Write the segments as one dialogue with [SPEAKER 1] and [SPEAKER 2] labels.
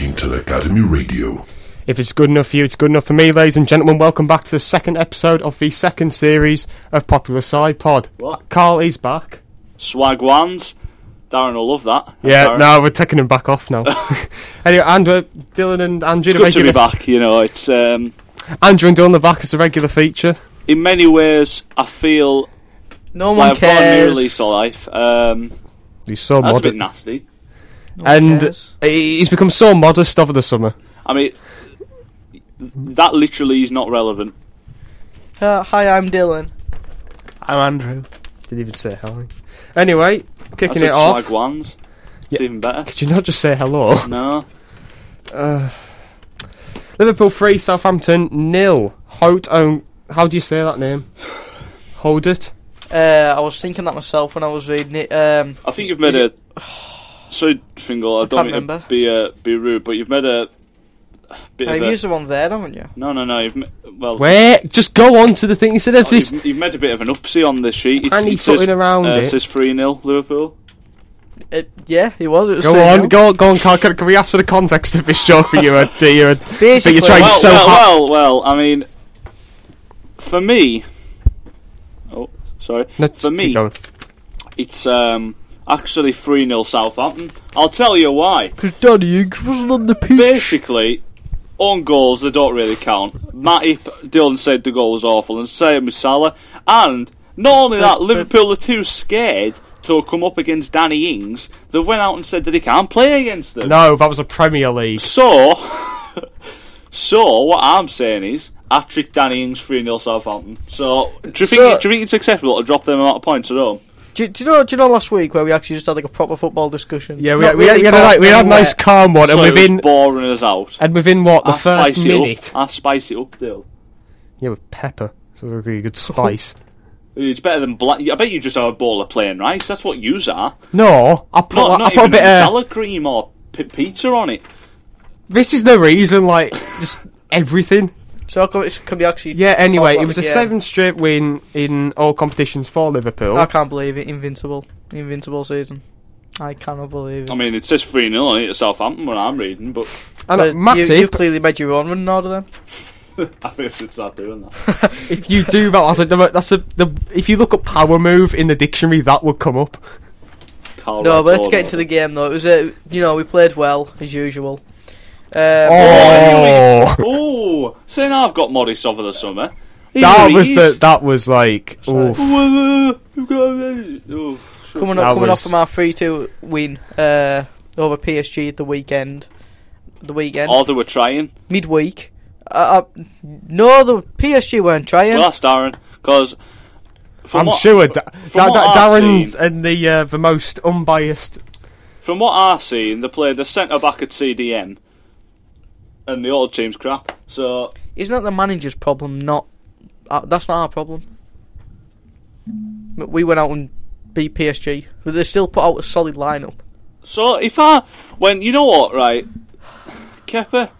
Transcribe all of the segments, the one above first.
[SPEAKER 1] Academy Radio.
[SPEAKER 2] If it's good enough for you, it's good enough for me, ladies and gentlemen. Welcome back to the second episode of the second series of Popular Side Pod.
[SPEAKER 3] What?
[SPEAKER 2] Carl is back.
[SPEAKER 3] Swag wands. Darren will love that.
[SPEAKER 2] Yeah,
[SPEAKER 3] Darren.
[SPEAKER 2] no, we're taking him back off now. anyway, Andrew, Dylan, and Andrew.
[SPEAKER 3] It's
[SPEAKER 2] the
[SPEAKER 3] good to be
[SPEAKER 2] regular-
[SPEAKER 3] back. You know, it's um,
[SPEAKER 2] Andrew and Dylan are back as a regular feature.
[SPEAKER 3] in many ways I feel
[SPEAKER 4] No one
[SPEAKER 3] like I've got a new
[SPEAKER 4] cares.
[SPEAKER 3] release to life. Um,
[SPEAKER 2] He's so
[SPEAKER 3] that's a bit
[SPEAKER 2] modest,
[SPEAKER 3] nasty.
[SPEAKER 4] No one
[SPEAKER 2] and
[SPEAKER 4] cares.
[SPEAKER 2] he- he's become so modest over the summer.
[SPEAKER 3] I mean, that literally is not relevant.
[SPEAKER 4] Uh, hi, I'm Dylan.
[SPEAKER 5] I'm Andrew.
[SPEAKER 2] Didn't even say hello. Anyway,
[SPEAKER 3] I
[SPEAKER 2] kicking
[SPEAKER 3] said
[SPEAKER 2] it off.
[SPEAKER 3] swag wands. It's even better.
[SPEAKER 2] Could you not just say hello?
[SPEAKER 3] No,
[SPEAKER 2] Liverpool three, Southampton nil. Hout own. How do you say that name? Hold it.
[SPEAKER 4] Uh, I was thinking that myself when I was reading it. Um,
[SPEAKER 3] I think you've made a. Sorry, Fingal. I,
[SPEAKER 4] can't
[SPEAKER 3] don't mean to
[SPEAKER 4] remember.
[SPEAKER 3] be uh, be rude, but you've made a bit
[SPEAKER 4] I've
[SPEAKER 3] of a.
[SPEAKER 4] used the one there, haven't you?
[SPEAKER 3] No, no, no. You've ma- well,
[SPEAKER 2] Wait, just go on to the thing instead of
[SPEAKER 3] oh,
[SPEAKER 2] this.
[SPEAKER 3] you've, you've made a bit of an upsie on the sheet. It,
[SPEAKER 2] And
[SPEAKER 3] it
[SPEAKER 2] he's
[SPEAKER 3] says,
[SPEAKER 2] putting around
[SPEAKER 3] uh,
[SPEAKER 2] it.
[SPEAKER 3] says three 0 Liverpool.
[SPEAKER 4] It, yeah, it was. It was
[SPEAKER 2] Go
[SPEAKER 4] three
[SPEAKER 2] on,
[SPEAKER 4] nil.
[SPEAKER 2] go go on, Carl. Can, can we ask for the context of this joke that you're, that you're, that
[SPEAKER 4] Basically-
[SPEAKER 2] you're trying
[SPEAKER 3] well,
[SPEAKER 2] so
[SPEAKER 3] well,
[SPEAKER 2] hard?
[SPEAKER 3] well, well, I mean, for me, oh, sorry,
[SPEAKER 2] No, just
[SPEAKER 3] for
[SPEAKER 2] keep
[SPEAKER 3] me,
[SPEAKER 2] going.
[SPEAKER 3] it's um actually three 0 Southampton. I'll tell you why.
[SPEAKER 4] Because Danny Ings wasn't on the pitch.
[SPEAKER 3] Basically, on goals they don't really count. Matip, Dylan said the goal was awful, and same with Salah. And not only that, Liverpool are too scared to come up against Danny Ings. They went out and said that he can't play against them.
[SPEAKER 2] No, that was a Premier League.
[SPEAKER 3] So, so what I'm saying is, I tricked Danny Ings 3 0 Southampton. So, do you, think,
[SPEAKER 4] So-
[SPEAKER 3] do you think it's acceptable to drop them amount of points at home?
[SPEAKER 4] Do, do you know? Do you know? Last week where we actually just had like a proper football discussion.
[SPEAKER 2] Yeah, we,
[SPEAKER 4] Not
[SPEAKER 2] had, we, had,
[SPEAKER 4] really
[SPEAKER 2] we, had a,
[SPEAKER 4] caught
[SPEAKER 2] like, we had a
[SPEAKER 4] anywhere.
[SPEAKER 2] nice calm one,
[SPEAKER 3] So
[SPEAKER 2] and
[SPEAKER 3] it was
[SPEAKER 2] within
[SPEAKER 3] boring us out.
[SPEAKER 2] and within what the
[SPEAKER 3] I
[SPEAKER 2] first
[SPEAKER 3] spice
[SPEAKER 2] minute,
[SPEAKER 3] It up. I spice it up, Dill.
[SPEAKER 2] yeah, with pepper, so it'll be a good spice.
[SPEAKER 3] It's better than black. I bet you just have a bowl of plain rice. That's what yous are.
[SPEAKER 2] no, I put like,
[SPEAKER 3] Not, not
[SPEAKER 2] I uh, put a
[SPEAKER 3] even
[SPEAKER 2] bit of
[SPEAKER 3] salad cream or p- pizza on it.
[SPEAKER 2] This is the reason, like, just everything.
[SPEAKER 4] So how come it can be actually?
[SPEAKER 2] Yeah, anyway,
[SPEAKER 3] Oh,
[SPEAKER 4] talked
[SPEAKER 2] it
[SPEAKER 4] about
[SPEAKER 2] was a
[SPEAKER 4] again?
[SPEAKER 2] seventh straight win in all competitions for Liverpool.
[SPEAKER 4] I can't believe it. Invincible. Invincible season. I cannot believe it.
[SPEAKER 3] I mean, it says 3 0 on it at Southampton when I'm reading, but
[SPEAKER 2] And uh,
[SPEAKER 4] But you, you've
[SPEAKER 2] Matip,
[SPEAKER 4] clearly made your own running order then.
[SPEAKER 3] I think I should start doing that.
[SPEAKER 2] if you do that, that's a, that's a the, if you look up power move in the dictionary, that would come up.
[SPEAKER 3] Carl
[SPEAKER 4] No,
[SPEAKER 3] Wright's
[SPEAKER 4] but let's
[SPEAKER 3] all
[SPEAKER 4] get
[SPEAKER 3] over.
[SPEAKER 4] into the game though. It was a, you know, we played well as usual. Um,
[SPEAKER 2] Oh,
[SPEAKER 3] Oh, saying I've got modest over the summer. Here
[SPEAKER 2] that
[SPEAKER 3] he
[SPEAKER 2] was the
[SPEAKER 3] is.
[SPEAKER 2] that was like oof.
[SPEAKER 3] Well, uh, you've got- oh, shut
[SPEAKER 4] coming
[SPEAKER 2] That
[SPEAKER 4] up, coming
[SPEAKER 2] was-
[SPEAKER 4] off from our three-two win uh, over PSG at the weekend. The weekend,
[SPEAKER 3] Or they were trying.
[SPEAKER 4] midweek. Uh, uh, no, the PSG weren't trying.
[SPEAKER 3] Well, that's Darren. Because.
[SPEAKER 2] I'm sure da- da-
[SPEAKER 3] what
[SPEAKER 2] da-
[SPEAKER 3] I've
[SPEAKER 2] Darren's
[SPEAKER 3] seen-
[SPEAKER 2] and the uh, the most unbiased.
[SPEAKER 3] From what I've seen, they played a centre back at CDM. And the old team's crap. So.
[SPEAKER 4] Isn't that the manager's problem? Not uh, that's not our problem. But we went out and beat PSG, but they still put out a solid lineup.
[SPEAKER 3] So if I went, you know what, right? Kepa,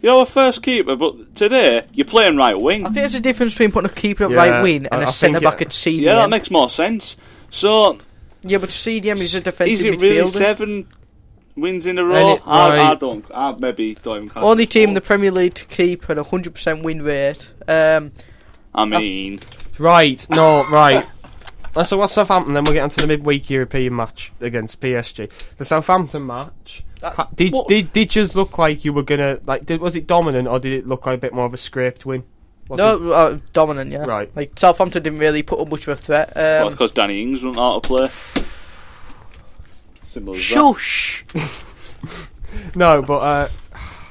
[SPEAKER 3] you're our first keeper, but today you're playing right wing.
[SPEAKER 4] I think there's a difference between putting a keeper at
[SPEAKER 2] Yeah,
[SPEAKER 4] right wing
[SPEAKER 2] I-
[SPEAKER 4] and
[SPEAKER 2] I
[SPEAKER 4] a
[SPEAKER 2] think
[SPEAKER 4] centre back
[SPEAKER 2] it-
[SPEAKER 4] at CDM.
[SPEAKER 3] yeah, that makes more sense. So.
[SPEAKER 4] Yeah, but CDM is a defensive
[SPEAKER 3] Is it
[SPEAKER 4] midfielder.
[SPEAKER 3] really seven wins in a row?
[SPEAKER 2] And it-
[SPEAKER 3] I, I
[SPEAKER 2] right.
[SPEAKER 3] don't. I maybe don't even. count
[SPEAKER 4] Only
[SPEAKER 3] this
[SPEAKER 4] team in
[SPEAKER 3] one.
[SPEAKER 4] the Premier League to keep an 100% win rate. Um,
[SPEAKER 3] I mean,
[SPEAKER 2] Right, no, right. Uh, So what's Southampton? Then we'll get onto the midweek European match against PSG. The Southampton match. ha- did
[SPEAKER 4] what-
[SPEAKER 2] did did just look like you were gonna like? Did, was it dominant or did it look like a bit more of a scraped win? What did-
[SPEAKER 4] no, uh, dominant, yeah.
[SPEAKER 2] Right.
[SPEAKER 4] Like Southampton didn't really put up much of a threat.
[SPEAKER 3] well,
[SPEAKER 4] Um,
[SPEAKER 3] because Danny Ings wasn't out to play. Simple as that.
[SPEAKER 4] shush.
[SPEAKER 2] no, but uh,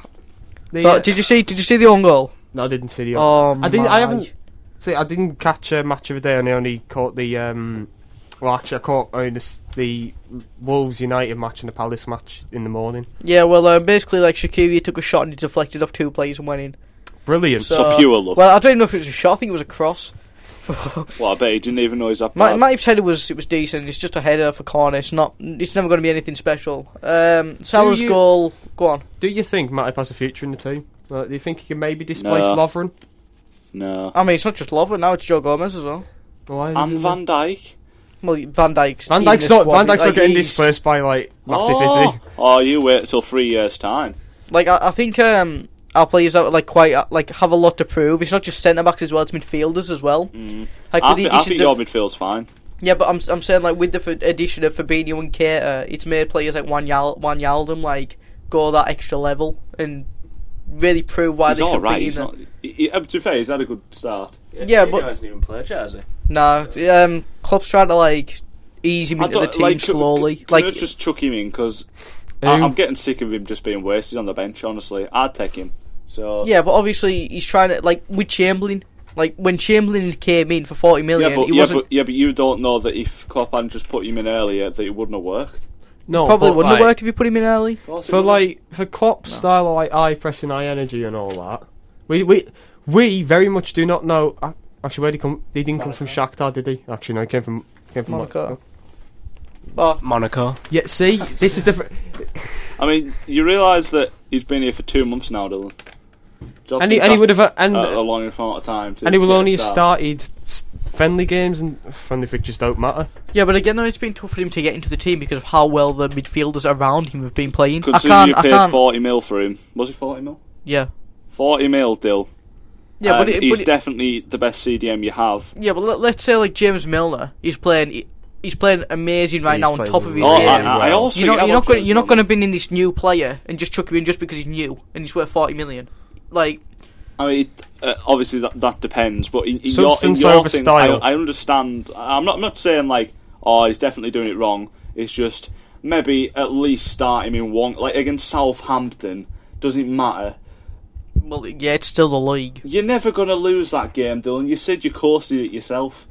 [SPEAKER 2] the,
[SPEAKER 4] But did you see? Did you see the own goal?
[SPEAKER 2] no, I didn't see the.
[SPEAKER 4] Oh
[SPEAKER 2] I didn't.
[SPEAKER 4] my.
[SPEAKER 2] I haven't. See, I didn't catch a match of the day, and I only caught the. Um, well, actually, I caught only the, s- the Wolves United match and the Palace match in the morning.
[SPEAKER 4] Yeah, well, uh, basically, like Shakiri took a shot and he deflected off two players and went in.
[SPEAKER 2] Brilliant.
[SPEAKER 4] So,
[SPEAKER 3] So pure luck.
[SPEAKER 4] Well, I don't even know if it was a shot. I think it was a cross.
[SPEAKER 3] Well, I bet he didn't even know he's that
[SPEAKER 4] Ma-
[SPEAKER 3] bad.
[SPEAKER 4] Matip's header was it was decent. It's just a header for corner. It's not. It's never going to be anything special. Um, Salah's
[SPEAKER 2] you-
[SPEAKER 4] goal. Go on.
[SPEAKER 2] Do you think Matip has a future in the team? Like, do you think he can maybe displace
[SPEAKER 3] No.
[SPEAKER 2] Lovren?
[SPEAKER 3] no,
[SPEAKER 4] I mean, it's not just Lovren now. It's Joe Gomez as well.
[SPEAKER 2] Why
[SPEAKER 3] and
[SPEAKER 2] isn't
[SPEAKER 3] Van Dijk.
[SPEAKER 4] Well, Van Dijk's.
[SPEAKER 2] Van
[SPEAKER 4] in the
[SPEAKER 2] Dijk's not,
[SPEAKER 4] squad,
[SPEAKER 2] Van Dijk's
[SPEAKER 4] like,
[SPEAKER 2] not getting
[SPEAKER 4] he's-
[SPEAKER 2] displaced by like Matip,
[SPEAKER 3] oh,
[SPEAKER 2] is he?
[SPEAKER 3] oh, you wait till three years' time.
[SPEAKER 4] Like I, I think um, our players are like quite uh, like have a lot to prove. It's not just centre backs as well; it's midfielders as well.
[SPEAKER 3] Mm.
[SPEAKER 4] Like
[SPEAKER 3] I,
[SPEAKER 4] with
[SPEAKER 3] thi-
[SPEAKER 4] the
[SPEAKER 3] I think
[SPEAKER 4] addition to-
[SPEAKER 3] your midfield's fine.
[SPEAKER 4] yeah, but I'm I'm saying like with the f- addition of Fabinho and Keita, it's made players like Wan Yal- Wan Yaldum like go that extra level and really prove why
[SPEAKER 3] He's
[SPEAKER 4] they should
[SPEAKER 3] all right.
[SPEAKER 4] be in
[SPEAKER 3] He's
[SPEAKER 4] the-
[SPEAKER 3] not, he, he- uh, to be fair, he's had a good start.
[SPEAKER 4] Yeah, but-
[SPEAKER 1] hasn't even played yet, has he?
[SPEAKER 4] No, um, Klopp's trying to like ease him
[SPEAKER 3] I
[SPEAKER 4] into the
[SPEAKER 3] don't-
[SPEAKER 4] team
[SPEAKER 3] like, c-
[SPEAKER 4] slowly.
[SPEAKER 3] c-
[SPEAKER 4] like
[SPEAKER 3] can I just chuck him in because
[SPEAKER 5] Who?
[SPEAKER 3] I'm getting sick of him just being wasted on the bench. Honestly, I'd take him. So
[SPEAKER 4] yeah, but obviously he's trying to like with Chamberlain. Like when Chamberlain came in for forty million,
[SPEAKER 3] yeah, but,
[SPEAKER 4] he
[SPEAKER 3] yeah,
[SPEAKER 4] wasn't
[SPEAKER 3] but yeah, but you don't know that if Klopp hadn't just put him in earlier, that it wouldn't have worked.
[SPEAKER 2] No,
[SPEAKER 4] probably
[SPEAKER 2] but,
[SPEAKER 4] wouldn't
[SPEAKER 2] like,
[SPEAKER 4] have worked if you put him in early.
[SPEAKER 3] Of course it
[SPEAKER 2] for
[SPEAKER 3] wouldn't.
[SPEAKER 2] like for Klopp's style of like eye pressing, eye energy, and all that. We we we very much do not know. ac- Actually, where did he come? He didn't come from Shakhtar, did he? Actually, no, he came from came from
[SPEAKER 4] Monaco.
[SPEAKER 2] Monaco.
[SPEAKER 4] Oh,
[SPEAKER 5] Monaco.
[SPEAKER 2] Yeah, see, this is the. fr-
[SPEAKER 3] I mean, you realise that he's been here for two months now, Dylan. Do you
[SPEAKER 2] And he-
[SPEAKER 3] think
[SPEAKER 2] and he
[SPEAKER 3] that's
[SPEAKER 2] would have- and-
[SPEAKER 3] uh, a, a long enough amount of time. To
[SPEAKER 2] and he will
[SPEAKER 3] get a
[SPEAKER 2] only have
[SPEAKER 3] start?
[SPEAKER 2] started s- friendly games, and friendly fixtures don't matter.
[SPEAKER 4] yeah, but again, though, it's been tough for him to get into the team because of how well the midfielders around him have been playing. I
[SPEAKER 3] Considering
[SPEAKER 4] can't,
[SPEAKER 3] you
[SPEAKER 4] I
[SPEAKER 3] paid
[SPEAKER 4] can't.
[SPEAKER 3] forty mil for him, was it forty mil?
[SPEAKER 4] yeah,
[SPEAKER 3] Forty mil, Dill.
[SPEAKER 4] yeah,
[SPEAKER 3] and
[SPEAKER 4] but, it,
[SPEAKER 3] he's
[SPEAKER 4] but it-
[SPEAKER 3] definitely the best CDM you have.
[SPEAKER 4] yeah, but let, let's say like James Milner, he's playing, he- he's playing amazing right
[SPEAKER 2] He's
[SPEAKER 4] now on
[SPEAKER 2] playing
[SPEAKER 4] top of his
[SPEAKER 3] Oh,
[SPEAKER 2] really
[SPEAKER 4] game.
[SPEAKER 3] I, I- I
[SPEAKER 2] well.
[SPEAKER 3] also
[SPEAKER 4] you know,
[SPEAKER 3] I
[SPEAKER 4] you're
[SPEAKER 3] love
[SPEAKER 4] not going.
[SPEAKER 3] James
[SPEAKER 4] You're not
[SPEAKER 3] Milner.
[SPEAKER 4] going to bring in this new player and just chuck him in just because he's new and he's worth forty million. Like,
[SPEAKER 3] I mean, it- uh, obviously that that depends, but in, in your in
[SPEAKER 2] Substance
[SPEAKER 3] your
[SPEAKER 2] over
[SPEAKER 3] thing,
[SPEAKER 2] style.
[SPEAKER 3] I, I understand. I'm not I'm not saying like, oh, he's definitely doing it wrong. It's just maybe at least start him in one, like against Southampton. Doesn't matter.
[SPEAKER 4] well, yeah, it's still the league.
[SPEAKER 3] You're never gonna lose that game, Dylan. You said you coasted it yourself.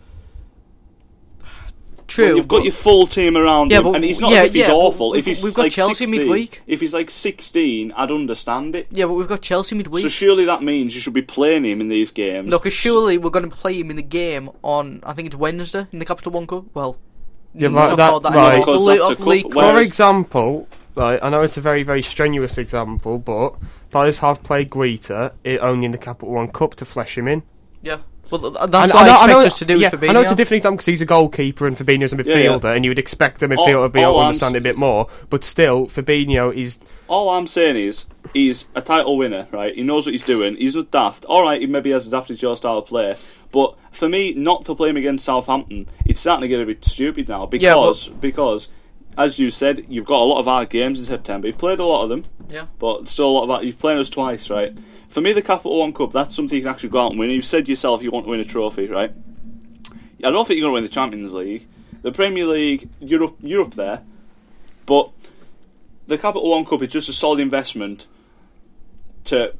[SPEAKER 4] True.
[SPEAKER 3] Well, you've got
[SPEAKER 4] but-
[SPEAKER 3] your full team around
[SPEAKER 4] Yeah,
[SPEAKER 3] him,
[SPEAKER 4] but
[SPEAKER 3] and he's not
[SPEAKER 4] yeah,
[SPEAKER 3] as if he's
[SPEAKER 4] yeah, but
[SPEAKER 3] awful.
[SPEAKER 4] we've-
[SPEAKER 3] If he's
[SPEAKER 4] we've got
[SPEAKER 3] like
[SPEAKER 4] Chelsea
[SPEAKER 3] 16,
[SPEAKER 4] midweek.
[SPEAKER 3] If he's like 16, I'd understand it.
[SPEAKER 4] yeah, but we've got Chelsea midweek.
[SPEAKER 3] So surely that means you should be playing him in these games.
[SPEAKER 4] No, because surely we're going to play him in the game on. I think it's Wednesday in the Capital One Cup. Well,
[SPEAKER 2] Yeah,
[SPEAKER 4] mm,
[SPEAKER 2] right,
[SPEAKER 4] not
[SPEAKER 2] that-
[SPEAKER 4] called that
[SPEAKER 2] right.
[SPEAKER 4] anymore.
[SPEAKER 3] Because
[SPEAKER 4] Le-
[SPEAKER 3] that's a cup,
[SPEAKER 4] league
[SPEAKER 3] well-
[SPEAKER 4] Cup.
[SPEAKER 2] For
[SPEAKER 3] Whereas-
[SPEAKER 2] example, like, I know it's a very, very strenuous example, but players have played Guita i- only in the Capital One Cup to flesh him in.
[SPEAKER 4] Yeah, well, th- that's
[SPEAKER 2] And
[SPEAKER 4] what I,
[SPEAKER 2] know-
[SPEAKER 4] expect
[SPEAKER 2] know-
[SPEAKER 4] us to do
[SPEAKER 2] yeah,
[SPEAKER 4] with Fabinho.
[SPEAKER 2] I know it's a different example because he's a goalkeeper and Fabinho's a
[SPEAKER 3] yeah. Oh,
[SPEAKER 2] midfielder, and you would expect the midfielder to be
[SPEAKER 3] all
[SPEAKER 2] able to
[SPEAKER 3] I'm
[SPEAKER 2] understand
[SPEAKER 3] s-
[SPEAKER 2] it a bit more, but still, Fabinho is.
[SPEAKER 3] All I'm saying is, he's a title winner, right? He knows what he's doing. He's not daft. All right, he maybe has adapted to your style of play, but for me, not to play him against Southampton, it's starting to get a bit stupid now
[SPEAKER 4] Yeah, but-
[SPEAKER 3] because because. As you said, you've got a lot of hard games in September. You've played a lot of them,
[SPEAKER 4] Yeah.
[SPEAKER 3] but still a lot of hard. You've played us twice, right? For me, the Capital One Cup, that's something you can actually go out and win. You've said yourself you want to win a trophy, right? I don't think you're going to win the Champions League, the Premier League, Europe, Europe there, but the Capital One Cup is just a solid investment to,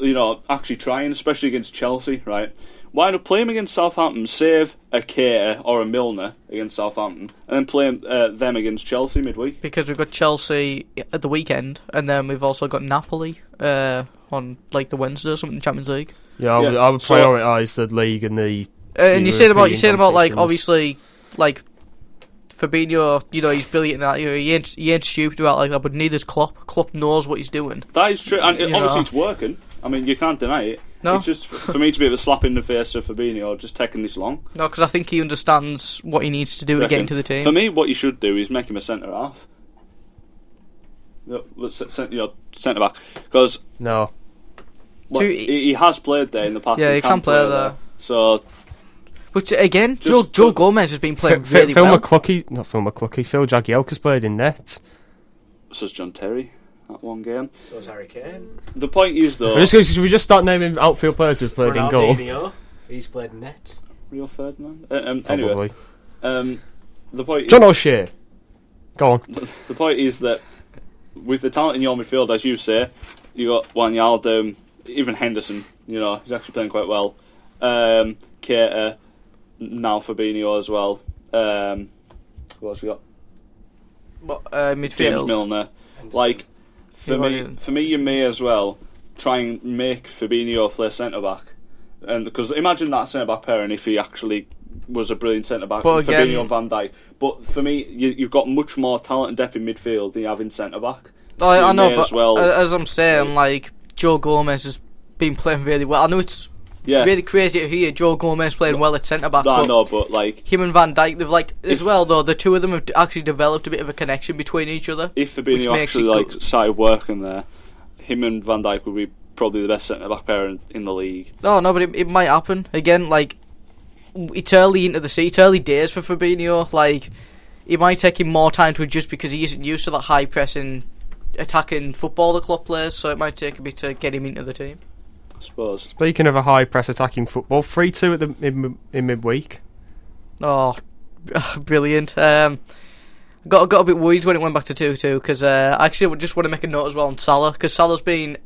[SPEAKER 3] you know, actually trying, especially against Chelsea, right? Why not play him against Southampton, save a Keir or a Milner against Southampton, and then play 'em, uh, them against Chelsea midweek?
[SPEAKER 4] because we've got Chelsea at the weekend, and then we've also got Napoli uh, on like the Wednesday or something Champions League.
[SPEAKER 2] Yeah, I
[SPEAKER 3] Yeah,
[SPEAKER 2] would, I would
[SPEAKER 3] so-
[SPEAKER 2] prioritise the league and the.
[SPEAKER 4] Uh, and you said about you
[SPEAKER 2] European
[SPEAKER 4] said about like
[SPEAKER 2] competitions.
[SPEAKER 4] obviously like Fabinho, you know he's brilliant. At, that, you know, he ain't he ain't stupid about like that, but neither's Klopp. Klopp knows what he's doing.
[SPEAKER 3] That is true, and it,
[SPEAKER 4] Yeah.
[SPEAKER 3] obviously it's working. I mean, you can't deny it.
[SPEAKER 4] No.
[SPEAKER 3] It's just for me to be a bit of a slap in the face to Fabinho just taking this long.
[SPEAKER 4] No, because I think he understands what he needs to do to get into the team.
[SPEAKER 3] For me, what you should do is make him a centre half. Centre back, because
[SPEAKER 2] No.
[SPEAKER 4] Do you-
[SPEAKER 3] he, he has played there in the past.
[SPEAKER 4] Yeah,
[SPEAKER 3] he,
[SPEAKER 4] he can play there.
[SPEAKER 3] So
[SPEAKER 4] Which again, Joe, Joe
[SPEAKER 3] just-
[SPEAKER 4] Gomez has been playing
[SPEAKER 2] F- Phil
[SPEAKER 4] really well.
[SPEAKER 2] McClucky, not Phil McClucky, Phil Jagielka's played in net.
[SPEAKER 3] says John Terry that one game.
[SPEAKER 1] So is Harry Kane.
[SPEAKER 3] The point is though,
[SPEAKER 2] We're just gonna- Should we just start naming outfield players who've played in goal?
[SPEAKER 1] Ronaldinho. He's played net.
[SPEAKER 3] Rio Ferdinand. Uh, um,
[SPEAKER 2] Probably.
[SPEAKER 3] anyway, um, the point.
[SPEAKER 2] John
[SPEAKER 3] is,
[SPEAKER 2] O'Shea. Go on.
[SPEAKER 3] the point is that with the talent in your midfield, as you say, you got Wanyard, um, even Henderson. You know, he's actually playing quite well. Um, Keita, now Fabinho as well. Um, who else we got?
[SPEAKER 4] uh,
[SPEAKER 3] James
[SPEAKER 4] midfield.
[SPEAKER 3] Milner. Like for
[SPEAKER 4] Yeah, but
[SPEAKER 3] me,
[SPEAKER 4] it-
[SPEAKER 3] for me, you may as well try and make Fabinho play centre back, and because imagine that centre back pairing if he actually was a brilliant centre back,
[SPEAKER 4] But
[SPEAKER 3] with
[SPEAKER 4] again-
[SPEAKER 3] Fabinho and Van Dijk. But for me, you, you've got much more talent and depth in midfield than you have in centre back.
[SPEAKER 4] Oh, I,
[SPEAKER 3] You
[SPEAKER 4] I know,
[SPEAKER 3] may
[SPEAKER 4] but
[SPEAKER 3] as well-
[SPEAKER 4] a- as I'm saying, like Joe Gomez has been playing really well. I know it's
[SPEAKER 3] Yeah,
[SPEAKER 4] really crazy to hear Joe Gomez playing well at centre back.
[SPEAKER 3] I
[SPEAKER 4] but
[SPEAKER 3] know, but like
[SPEAKER 4] Him and Van Dijk, they've like as
[SPEAKER 3] If-
[SPEAKER 4] well though. The two of them have d- actually developed a bit of a connection between each other.
[SPEAKER 3] if
[SPEAKER 4] Which
[SPEAKER 3] Fabinho
[SPEAKER 4] makes
[SPEAKER 3] actually
[SPEAKER 4] it
[SPEAKER 3] like
[SPEAKER 4] good.
[SPEAKER 3] started working there, him and Van Dijk would be probably the best centre back pair in, in the league.
[SPEAKER 4] No, no, but it, it might happen again. Like it's early into the sea, it's early days for Fabinho. Like it might take him more time to adjust because he isn't used to that high pressing, attacking football that Klopp plays. So it might take a bit to get him into the team.
[SPEAKER 3] I suppose.
[SPEAKER 2] Speaking of a high press attacking football, three two at the in, in midweek.
[SPEAKER 4] Oh, brilliant! Um, got got a bit worried when it went back to two two because uh, actually I would just want to make a note as well on Salah because Salah's been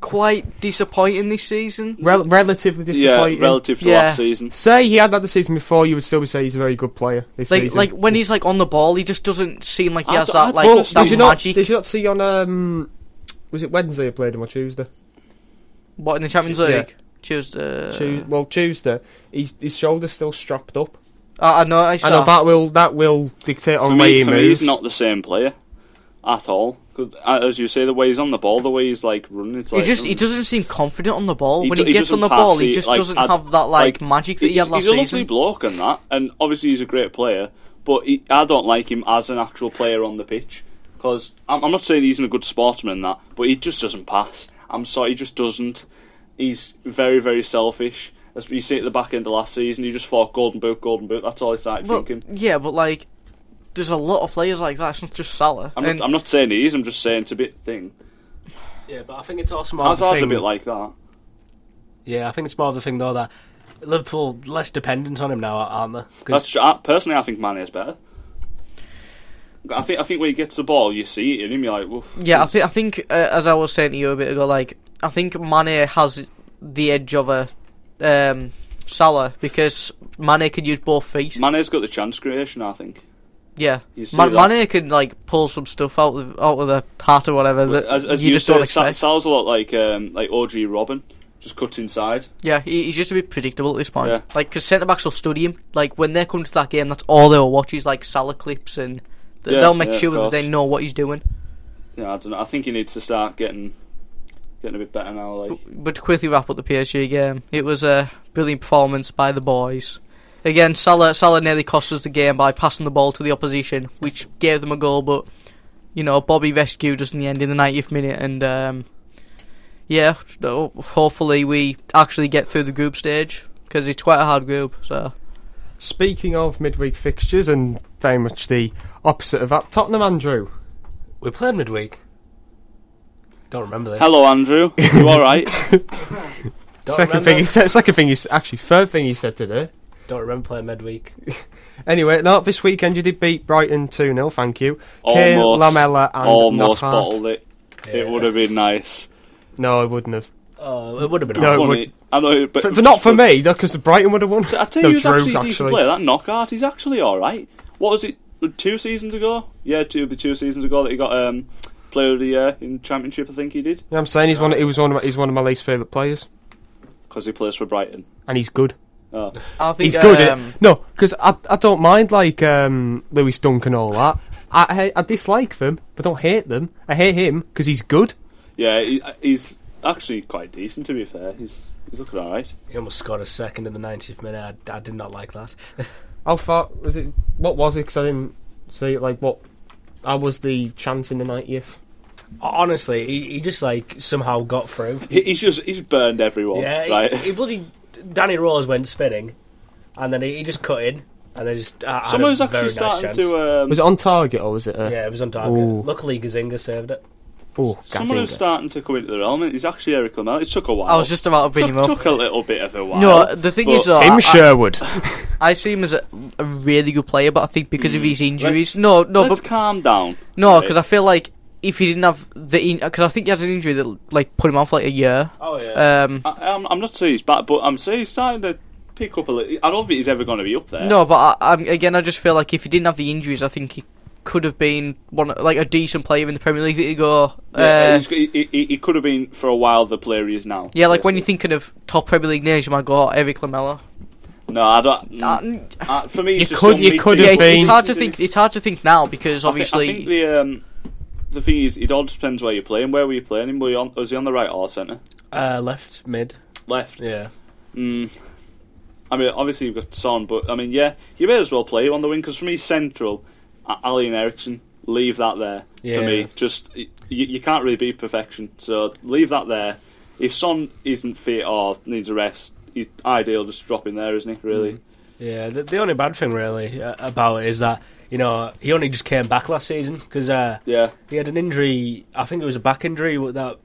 [SPEAKER 4] quite disappointing this season.
[SPEAKER 2] Rel- relatively
[SPEAKER 3] Yeah,
[SPEAKER 2] disappointing.
[SPEAKER 3] relative to
[SPEAKER 4] Yeah.
[SPEAKER 3] last season.
[SPEAKER 2] Say he had that the season before, you would still say he's a very good player. This
[SPEAKER 4] Like
[SPEAKER 2] season.
[SPEAKER 4] like when he's like on the ball, he just doesn't seem like he
[SPEAKER 3] I
[SPEAKER 4] has
[SPEAKER 3] d- I
[SPEAKER 4] that
[SPEAKER 3] d-
[SPEAKER 4] like
[SPEAKER 3] Well,
[SPEAKER 2] Well,
[SPEAKER 3] that's
[SPEAKER 4] that
[SPEAKER 2] did you not?
[SPEAKER 4] magic.
[SPEAKER 2] Did you not see on um, was it Wednesday I played him or Tuesday?
[SPEAKER 4] What in the Champions
[SPEAKER 2] Yeah.
[SPEAKER 4] League? uh, Tuesday.
[SPEAKER 2] Tu- well, Tuesday. His his shoulder's still strapped up.
[SPEAKER 4] I, I know. I
[SPEAKER 2] I know
[SPEAKER 4] saw.
[SPEAKER 2] that will that will dictate
[SPEAKER 3] For
[SPEAKER 2] on where
[SPEAKER 3] me,
[SPEAKER 2] he
[SPEAKER 3] for
[SPEAKER 2] moves.
[SPEAKER 3] me, he's not the same player at all. 'Cause, uh, as you say, the way he's on the ball, the way he's like running, it's
[SPEAKER 4] he
[SPEAKER 3] like
[SPEAKER 4] just he
[SPEAKER 3] mm.
[SPEAKER 4] doesn't seem confident on the ball.
[SPEAKER 3] He
[SPEAKER 4] when
[SPEAKER 3] do-
[SPEAKER 4] he
[SPEAKER 3] he
[SPEAKER 4] gets on
[SPEAKER 3] doesn't
[SPEAKER 4] the ball,
[SPEAKER 3] pass,
[SPEAKER 4] he
[SPEAKER 3] he,
[SPEAKER 4] just
[SPEAKER 3] like,
[SPEAKER 4] doesn't
[SPEAKER 3] add-
[SPEAKER 4] have that like, magic that he
[SPEAKER 3] he's,
[SPEAKER 4] had last
[SPEAKER 3] he's a lovely
[SPEAKER 4] season.
[SPEAKER 3] bloke and that, and obviously he's a great player. But he, I don't like him as an actual player on the pitch because I'm, I'm not saying he's not a good sportsman and that, but he just doesn't pass. I'm sorry, he just doesn't. He's very very selfish. As you see at the back end of last season, he just thought golden boot, golden boot. That's all he started
[SPEAKER 4] Well,
[SPEAKER 3] thinking.
[SPEAKER 4] yeah, but like, there's a lot of players like that. It's not just Salah.
[SPEAKER 3] I'm
[SPEAKER 4] and
[SPEAKER 3] not, I'm not saying he is. I'm just saying it's a bit thing.
[SPEAKER 1] Yeah, but I think it's also more. of the
[SPEAKER 3] Hazard's a
[SPEAKER 1] thing-
[SPEAKER 3] bit like that.
[SPEAKER 1] Yeah, I think it's more of the thing though that Liverpool less dependent on him now, aren't they? 'Cause-
[SPEAKER 3] That's ju- I, personally, I think Mane is better. I think I think when he gets the ball, you see it in him. You're like, Woof,
[SPEAKER 4] yeah, I think I think uh, as I was saying to you a bit ago, like I think Mane has the edge of a um, Salah because Mane can use both feet.
[SPEAKER 3] Mane's got the chance creation. I think.
[SPEAKER 4] yeah,
[SPEAKER 3] You see
[SPEAKER 4] Man-
[SPEAKER 3] that?
[SPEAKER 4] Mane can like pull some stuff out of, out of the hat or whatever that
[SPEAKER 3] As, as
[SPEAKER 4] you,
[SPEAKER 3] you,
[SPEAKER 4] just
[SPEAKER 3] say,
[SPEAKER 4] don't
[SPEAKER 3] Sa-
[SPEAKER 4] expect.
[SPEAKER 3] Sal's a lot like um, like Audrey Robin, just cuts inside.
[SPEAKER 4] Yeah, he, he's just a bit predictable at this point.
[SPEAKER 3] Yeah.
[SPEAKER 4] Like 'cause centre backs will study him. Like when they come to that game, that's all they'll watch is like Salah clips, and th-
[SPEAKER 3] Yeah,
[SPEAKER 4] they'll make
[SPEAKER 3] yeah, of
[SPEAKER 4] sure that
[SPEAKER 3] course.
[SPEAKER 4] they know what he's doing.
[SPEAKER 3] Yeah, I don't know. I think he needs to start getting getting a bit better now. Like,
[SPEAKER 4] But to quickly wrap up the PSG game, it was a brilliant performance by the boys. Again, Salah Salah nearly cost us the game by passing the ball to the opposition, which gave them a goal. But you know, Bobby rescued us in the end in the 90th minute, and um, yeah, so hopefully we actually get through the group stage because it's quite a hard group. So.
[SPEAKER 2] Speaking of midweek fixtures and very much the opposite of that, Tottenham Andrew.
[SPEAKER 1] we played midweek. Don't remember this.
[SPEAKER 3] hello, Andrew. You all right?
[SPEAKER 1] Don't
[SPEAKER 2] second
[SPEAKER 1] remember,
[SPEAKER 2] thing he said. Second thing he's actually third thing he said today.
[SPEAKER 1] Don't remember playing midweek.
[SPEAKER 2] Anyway, no, this weekend you did beat Brighton two 0 Thank you. Kane,
[SPEAKER 3] almost,
[SPEAKER 2] Lamella, and
[SPEAKER 3] almost
[SPEAKER 2] Navhart.
[SPEAKER 3] bottled it. It
[SPEAKER 1] Yeah.
[SPEAKER 3] would have been nice.
[SPEAKER 2] No, I wouldn't have.
[SPEAKER 1] Oh, it would have been.
[SPEAKER 2] No, it
[SPEAKER 1] awful.
[SPEAKER 3] Funny.
[SPEAKER 2] would-
[SPEAKER 3] I know, but
[SPEAKER 2] For, for not for me, because Brighton would have won.
[SPEAKER 3] I tell
[SPEAKER 2] no,
[SPEAKER 3] you, he's
[SPEAKER 2] Drew,
[SPEAKER 3] actually a decent player. That knockout, he's actually all right. What was it? Two seasons ago? Yeah, two it'd be two seasons ago that he got um, player of the year in championship. I think he did
[SPEAKER 2] You know what I'm saying he's one. He was one. Of my, he's one of my least favourite players,
[SPEAKER 3] because he plays for Brighton.
[SPEAKER 2] and he's good.
[SPEAKER 3] Oh.
[SPEAKER 4] I think,
[SPEAKER 2] He's good. eh?
[SPEAKER 4] um,
[SPEAKER 2] no, because I, I don't mind like um, Lewis Dunk and all that. I, I I dislike them, but don't hate them. I hate him because he's good.
[SPEAKER 3] Yeah, he, uh, he's actually quite decent to be fair. He's he's looking all right.
[SPEAKER 1] He almost scored a second in the 90th minute. I, I did not like that.
[SPEAKER 2] How far was it? What was it? Because I didn't see it, like what. How was the chance in the 90th?
[SPEAKER 1] Honestly, he, he just like somehow got through.
[SPEAKER 3] He, he's just he's burned everyone.
[SPEAKER 1] Yeah, he,
[SPEAKER 3] right.
[SPEAKER 1] he bloody Danny Rose went spinning, and then he, he just cut in, and they just uh, had
[SPEAKER 3] Someone's
[SPEAKER 1] a
[SPEAKER 3] actually
[SPEAKER 1] very nice
[SPEAKER 3] starting
[SPEAKER 1] chance.
[SPEAKER 3] to. Um,
[SPEAKER 2] Was it on target or was it? Uh,
[SPEAKER 1] yeah, it was on target.
[SPEAKER 2] Ooh.
[SPEAKER 1] Luckily, Gazinga saved it.
[SPEAKER 2] Oh,
[SPEAKER 3] someone who's
[SPEAKER 2] Gazzaniga.
[SPEAKER 3] starting to come into their element. He's actually Eric Lamel. It took a while.
[SPEAKER 4] I was just about to bring
[SPEAKER 3] took,
[SPEAKER 4] him up.
[SPEAKER 3] took a little bit of a while.
[SPEAKER 4] No, the thing
[SPEAKER 3] but
[SPEAKER 4] is, though, I,
[SPEAKER 2] Tim Sherwood.
[SPEAKER 4] I see him as a, a really good player, but I think because of his
[SPEAKER 3] let's-
[SPEAKER 4] injuries, no, no,
[SPEAKER 3] let's
[SPEAKER 4] but
[SPEAKER 3] calm down.
[SPEAKER 4] no,
[SPEAKER 3] Right.
[SPEAKER 4] because I feel like if he didn't have the, because I think he has an injury that like put him off like a year.
[SPEAKER 3] Oh yeah.
[SPEAKER 4] Um,
[SPEAKER 3] I, I'm, I'm not saying he's bad, but I'm saying he's starting to pick up a little. I don't think he's ever going to be up there.
[SPEAKER 4] no, but I, i again, I just feel like if he didn't have the injuries, I think he could have been one like a decent player in the Premier League. That you go,
[SPEAKER 3] Yeah,
[SPEAKER 4] uh,
[SPEAKER 3] he's- he, he, he could have been for a while the player he is now.
[SPEAKER 4] yeah, like when you're thinking of top Premier League names, you might go oh, Eric Lamella.
[SPEAKER 3] No, I don't.
[SPEAKER 4] Uh,
[SPEAKER 3] uh, for me,
[SPEAKER 2] You
[SPEAKER 3] it's just
[SPEAKER 2] could-
[SPEAKER 3] some
[SPEAKER 2] you
[SPEAKER 3] mid-
[SPEAKER 2] could
[SPEAKER 4] yeah,
[SPEAKER 2] have
[SPEAKER 4] it's,
[SPEAKER 2] been-
[SPEAKER 4] it's hard to think. It's hard to think now because
[SPEAKER 3] I thi-
[SPEAKER 4] obviously.
[SPEAKER 3] I think, the um, the thing is, it all depends where you're playing. Where were you playing him? Were you on, was he on the right or centre?
[SPEAKER 1] Uh, left mid.
[SPEAKER 3] Left.
[SPEAKER 1] Yeah,
[SPEAKER 3] Mm. I mean, obviously you've got Son, but I mean, yeah, you may as well play him on the wing because for me, central, A- Ali and Ericsson leave that there
[SPEAKER 1] Yeah.
[SPEAKER 3] for me. Just you, you can't really beat perfection, so leave that there. If Son isn't fit or needs a rest, he's ideal just drop him there, isn't he? Really,
[SPEAKER 1] Yeah, the, the only bad thing really uh, about it is that you know he only just came back last season because uh,
[SPEAKER 3] yeah,
[SPEAKER 1] he had an injury. I think it was a back injury wa- that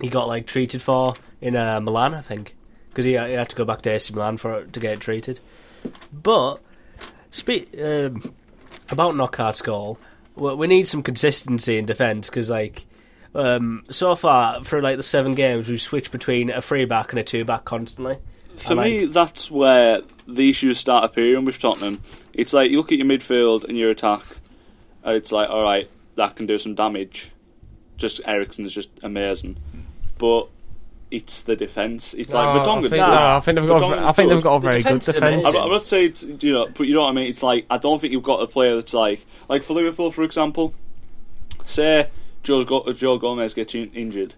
[SPEAKER 1] he got like treated for in uh, Milan, I think, because he, he had to go back to AC Milan for it- to get it treated. But speak um, about Knockhart's goal. We, we need some consistency in defence because like. Um, so far, for like the seven games, we've switched between a three back and a two back constantly.
[SPEAKER 3] for
[SPEAKER 1] I like-
[SPEAKER 3] me that's where the issues start appearing with Tottenham. It's like you look at your midfield and your attack, and it's like all right, that can do some damage. Just Ericsson's just amazing, but it's the defence. It's like
[SPEAKER 2] I
[SPEAKER 3] Vertonghen.
[SPEAKER 2] think, no, Oh, I think they've got. a- I think they've got a very good
[SPEAKER 1] defence is
[SPEAKER 2] defence.
[SPEAKER 3] I'm,
[SPEAKER 1] amazing.
[SPEAKER 3] I'm not saying it's, you know, but you know what I mean. It's like I don't think you've got a player that's like like for Liverpool, for example. Say Joe's got, Joe Gomez gets in- injured,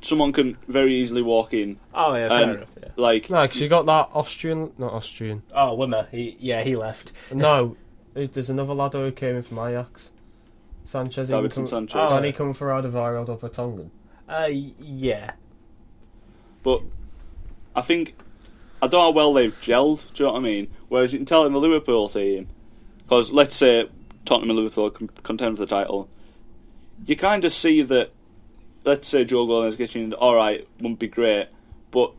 [SPEAKER 3] someone can very easily walk in.
[SPEAKER 1] Oh yeah, fair
[SPEAKER 3] and,
[SPEAKER 1] enough. Yeah.
[SPEAKER 3] Like
[SPEAKER 2] No, 'cause you got that Austrian, not Austrian.
[SPEAKER 1] Oh, Wimmer. He, yeah, he left.
[SPEAKER 2] No, it- there's another lad who came in from Ajax, Sanchez. he
[SPEAKER 3] Davidson
[SPEAKER 2] come-
[SPEAKER 3] Sanchez.
[SPEAKER 2] Oh, and he come for Alderweireld over Tongan.
[SPEAKER 1] Uh, yeah.
[SPEAKER 3] But I think I don't know how well they've gelled. Do you know what I mean? Whereas you can tell in the Liverpool team, because let's say Tottenham and Liverpool con- contend for the title, you kind of see that. Let's say Joe Gomez getting all right wouldn't be great, but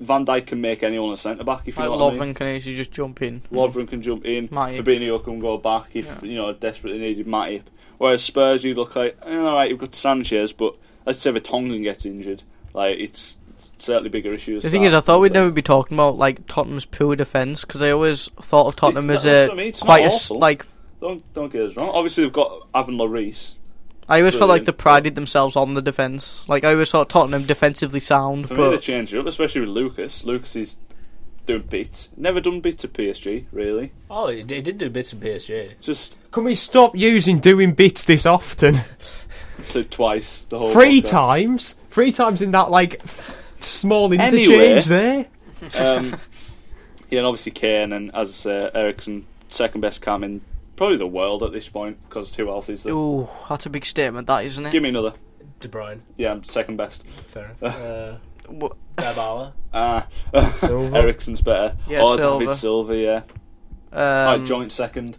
[SPEAKER 3] Van Dijk can make anyone a centre back if you
[SPEAKER 4] Like
[SPEAKER 3] know what I
[SPEAKER 4] Lovren
[SPEAKER 3] mean.
[SPEAKER 4] can easily just jump in.
[SPEAKER 3] Lovren can jump in.
[SPEAKER 4] Matip.
[SPEAKER 3] Fabinho can go back if
[SPEAKER 4] Yeah.
[SPEAKER 3] you know desperately needed Matip. Whereas Spurs, you look like eh, all right, you've got Sanchez, but let's say Vertonghen gets injured, like it's certainly bigger issues.
[SPEAKER 4] The thing is, I thought we'd never be talking about like Tottenham's poor defense because I always thought of Tottenham as
[SPEAKER 3] that's
[SPEAKER 4] a
[SPEAKER 3] what I mean, it's
[SPEAKER 4] quite a
[SPEAKER 3] not
[SPEAKER 4] s-
[SPEAKER 3] awful.
[SPEAKER 4] like.
[SPEAKER 3] Don't don't get us wrong. Obviously, they've got Avon Lloris.
[SPEAKER 4] I always felt like they
[SPEAKER 3] Brilliant.
[SPEAKER 4] prided themselves on the defense. Like I always thought Tottenham defensively sound,
[SPEAKER 3] For me, they
[SPEAKER 4] but
[SPEAKER 3] changed it up, especially with Lucas. Lucas is doing bits. Never done bits at PSG, really.
[SPEAKER 1] Oh, he, he did do bits in PSG.
[SPEAKER 3] Just
[SPEAKER 2] Can we stop using doing bits this often?
[SPEAKER 3] so twice the whole
[SPEAKER 2] Three
[SPEAKER 3] podcast.
[SPEAKER 2] times, three times in that like small interchange there.
[SPEAKER 3] Anyway. Um, yeah, and obviously Kane and as I say, Ericsson, second best cam in probably the world at this point because who else is there?
[SPEAKER 4] ooh, that's a big statement, that isn't it?
[SPEAKER 3] Give me another.
[SPEAKER 1] De Bruyne,
[SPEAKER 3] Yeah, I'm second best.
[SPEAKER 1] fair enough. Uh,
[SPEAKER 4] Wha-
[SPEAKER 1] Dybala.
[SPEAKER 3] Ah,
[SPEAKER 2] Silva.
[SPEAKER 3] Ericsson's better.
[SPEAKER 4] Yeah,
[SPEAKER 3] or
[SPEAKER 4] Silva.
[SPEAKER 3] David Silva, yeah.
[SPEAKER 4] um,
[SPEAKER 3] I joint second.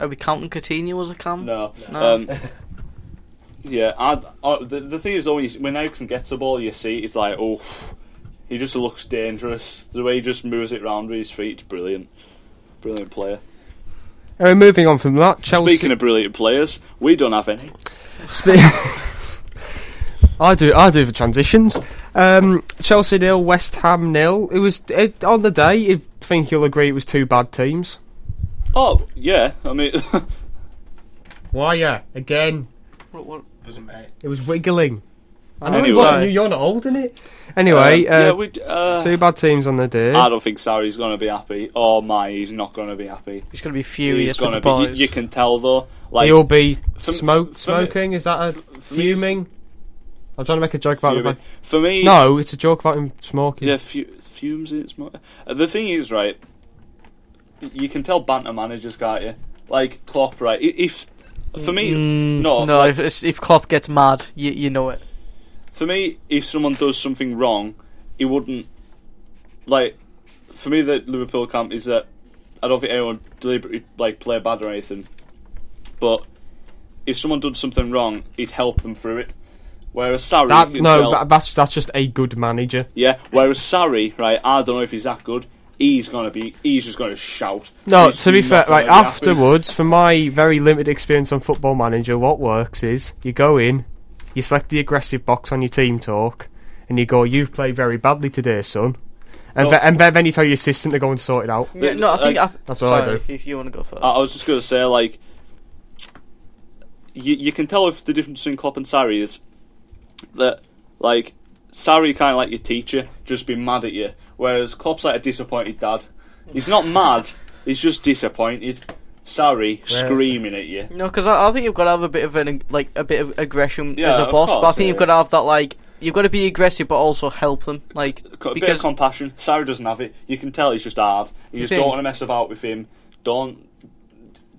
[SPEAKER 4] Are we counting Coutinho as a cam?
[SPEAKER 3] No.
[SPEAKER 4] No.
[SPEAKER 3] Um, yeah, I, I, the, the thing is, though, when you- when Ericsson gets the ball, you see it's like, oh, he just looks dangerous. The way he just moves it round with his feet, it's brilliant. Brilliant player.
[SPEAKER 2] Uh, moving on from that, Chelsea.
[SPEAKER 3] Speaking of brilliant players, we don't have any.
[SPEAKER 2] I do, I do the transitions. Um, Chelsea nil, West Ham nil. It was it, on the day. I think you'll agree it was two bad teams.
[SPEAKER 3] Oh, yeah. I mean,
[SPEAKER 2] Why? Yeah, again,
[SPEAKER 4] What, what?
[SPEAKER 1] Wasn't me.
[SPEAKER 2] it was wiggling. I know
[SPEAKER 3] Anyway.
[SPEAKER 2] it wasn't you. You're not holding it. Anyway,
[SPEAKER 3] um, yeah,
[SPEAKER 2] uh,
[SPEAKER 3] we, d- uh,
[SPEAKER 2] two bad teams on the day.
[SPEAKER 3] I don't think Sarri's going to be happy. Oh, my, he's not going to be happy.
[SPEAKER 4] He's going to be
[SPEAKER 3] He's
[SPEAKER 4] furious with
[SPEAKER 3] going
[SPEAKER 4] the
[SPEAKER 3] to be. You,
[SPEAKER 4] boys.
[SPEAKER 3] you can tell, though. Like,
[SPEAKER 2] You'll be
[SPEAKER 3] for-
[SPEAKER 2] smoke,
[SPEAKER 3] for-
[SPEAKER 2] smoking. Is that a
[SPEAKER 3] for me, it's-
[SPEAKER 2] fuming? I'm trying to make a joke about
[SPEAKER 3] fuming.
[SPEAKER 2] it.
[SPEAKER 3] For me,
[SPEAKER 2] No, it's a joke about him smoking.
[SPEAKER 3] Yeah, fu- fumes in its motor. Uh, The thing is, right, you can tell banter managers, can't you? Like Klopp, right? i- If for me,
[SPEAKER 4] Mm,
[SPEAKER 3] no,
[SPEAKER 4] no.
[SPEAKER 3] like,
[SPEAKER 4] if, it's- if Klopp gets mad, you you know it.
[SPEAKER 3] for me, if someone does something wrong, he wouldn't. Like, for me, the Liverpool camp is that I don't think anyone deliberately like play bad or anything, but if someone did something wrong, he'd help them through it. Whereas Sarri,
[SPEAKER 2] That
[SPEAKER 3] you can
[SPEAKER 2] no,
[SPEAKER 3] tell-
[SPEAKER 2] that, that's that's just a good manager.
[SPEAKER 3] Yeah, whereas Sarri, right, I don't know if he's that good. He's gonna be. He's just gonna shout.
[SPEAKER 2] No,
[SPEAKER 3] He's
[SPEAKER 2] to be
[SPEAKER 3] not
[SPEAKER 2] fair,
[SPEAKER 3] gonna
[SPEAKER 2] right
[SPEAKER 3] be happy.
[SPEAKER 2] afterwards, from my very limited experience on Football Manager, what works is you go in, you select the aggressive box on your team talk, and you go, "You've played very badly today, son," and
[SPEAKER 3] No.
[SPEAKER 2] ve- and ve- then you tell your assistant to go and sort it out.
[SPEAKER 4] Yeah, no, I think
[SPEAKER 3] like- Uh,
[SPEAKER 4] I,
[SPEAKER 2] That's all I
[SPEAKER 4] sorry,
[SPEAKER 2] do.
[SPEAKER 4] If you want to go first,
[SPEAKER 3] I, I was just gonna say, like, you you can tell if the difference between Klopp and Sarri is that, like, Sarri kind of like your teacher, just be mad at you, whereas Klopp's like a disappointed dad. He's not mad. He's just disappointed. Sarri screaming at you.
[SPEAKER 4] no, because I, I think you've got to have a bit of an like a bit of aggression
[SPEAKER 3] Yeah,
[SPEAKER 4] as a
[SPEAKER 3] of
[SPEAKER 4] boss, but I
[SPEAKER 3] course,
[SPEAKER 4] think you've
[SPEAKER 3] yeah.
[SPEAKER 4] got to have that like you've got to be aggressive but also help them like
[SPEAKER 3] A bit of
[SPEAKER 4] because
[SPEAKER 3] compassion. Sarri doesn't have it. You can tell he's just hard. You just
[SPEAKER 4] think-
[SPEAKER 3] don't want to mess about with him. Don't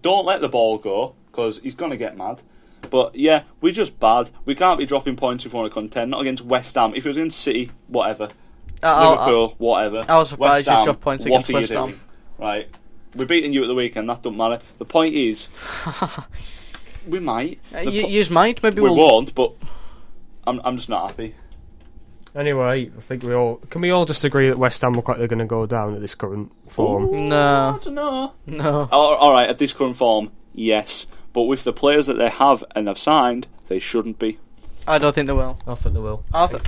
[SPEAKER 3] don't let the ball go 'cause because he's going to get mad. But yeah, we're just bad. We can't be dropping points if we want to contend. Not against West Ham. If it was against City, whatever.
[SPEAKER 4] I- I-
[SPEAKER 3] Liverpool, whatever.
[SPEAKER 4] I was
[SPEAKER 3] West
[SPEAKER 4] surprised you just
[SPEAKER 3] Ham,
[SPEAKER 4] dropped points
[SPEAKER 3] what
[SPEAKER 4] against
[SPEAKER 3] are you
[SPEAKER 4] West Ham.
[SPEAKER 3] doing? Right. We're beating you at the weekend. That do not matter. The point is, we might.
[SPEAKER 4] Uh,
[SPEAKER 3] The
[SPEAKER 4] you,
[SPEAKER 3] po-
[SPEAKER 4] yous might maybe
[SPEAKER 3] we
[SPEAKER 4] we'll.
[SPEAKER 3] won't, but I'm, I'm just not happy.
[SPEAKER 2] Anyway, I think we all can we all just agree that West Ham look like they're going to go down at this current form.
[SPEAKER 3] I
[SPEAKER 4] No,
[SPEAKER 3] don't know.
[SPEAKER 4] no.
[SPEAKER 3] All, all right, at this current form, yes. But with the players that they have and have signed, they shouldn't be.
[SPEAKER 4] I don't think they will.
[SPEAKER 2] I think they will.
[SPEAKER 4] I, th-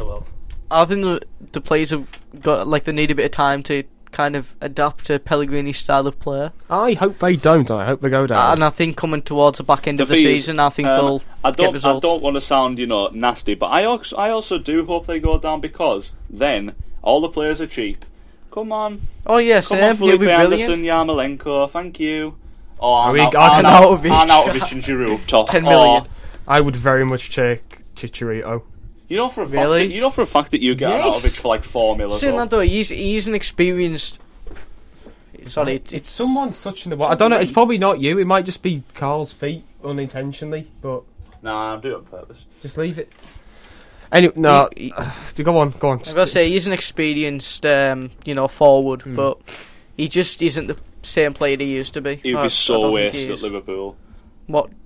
[SPEAKER 4] I think the, the players have got like they need a bit of time to kind of adapt to Pellegrini's style of play,
[SPEAKER 2] I hope they don't. I hope they go down.
[SPEAKER 4] and I think coming towards the back end of the
[SPEAKER 3] thing is,
[SPEAKER 4] season, I think
[SPEAKER 3] Uh, um,
[SPEAKER 4] they'll
[SPEAKER 3] I
[SPEAKER 4] get
[SPEAKER 3] don't, I
[SPEAKER 4] results.
[SPEAKER 3] don't want to sound, you know, nasty, but I also, I also do hope they go down because then all the players are cheap. Come on,
[SPEAKER 4] oh yes,
[SPEAKER 3] come
[SPEAKER 4] Sam,
[SPEAKER 3] on,
[SPEAKER 4] you'll
[SPEAKER 3] Felipe
[SPEAKER 4] be
[SPEAKER 3] Anderson,
[SPEAKER 4] brilliant.
[SPEAKER 3] Yarmolenko, thank you. Oh, Or
[SPEAKER 2] we-
[SPEAKER 3] Arnau-
[SPEAKER 2] Arnau-
[SPEAKER 3] Arnau-
[SPEAKER 4] Arnautovic.
[SPEAKER 3] Arnautovic and Giroud up top. Oh.
[SPEAKER 4] 10
[SPEAKER 3] Or-
[SPEAKER 4] million.
[SPEAKER 2] I would very much take Chicharito.
[SPEAKER 3] you know for a
[SPEAKER 4] Really?
[SPEAKER 3] fact that, you know for a fact that you get
[SPEAKER 4] Yes.
[SPEAKER 3] Arnautovic for like four mil. as
[SPEAKER 4] Saying
[SPEAKER 3] well.
[SPEAKER 4] that though, he's he's an experienced. Sorry, it's, it's
[SPEAKER 2] someone's touching the. I don't know. It's probably not you. It might just be Carl's feet unintentionally, but
[SPEAKER 3] Nah, I do it on purpose.
[SPEAKER 2] just leave it. Anyway, no.
[SPEAKER 4] He- he-
[SPEAKER 2] go on, go on.
[SPEAKER 4] I've got to say he's an experienced, um, you know, forward, but he just isn't the same player he used to be.
[SPEAKER 3] He would
[SPEAKER 4] I- I
[SPEAKER 3] be so
[SPEAKER 4] don't think he
[SPEAKER 3] wasted at
[SPEAKER 4] is.
[SPEAKER 3] Liverpool.
[SPEAKER 4] What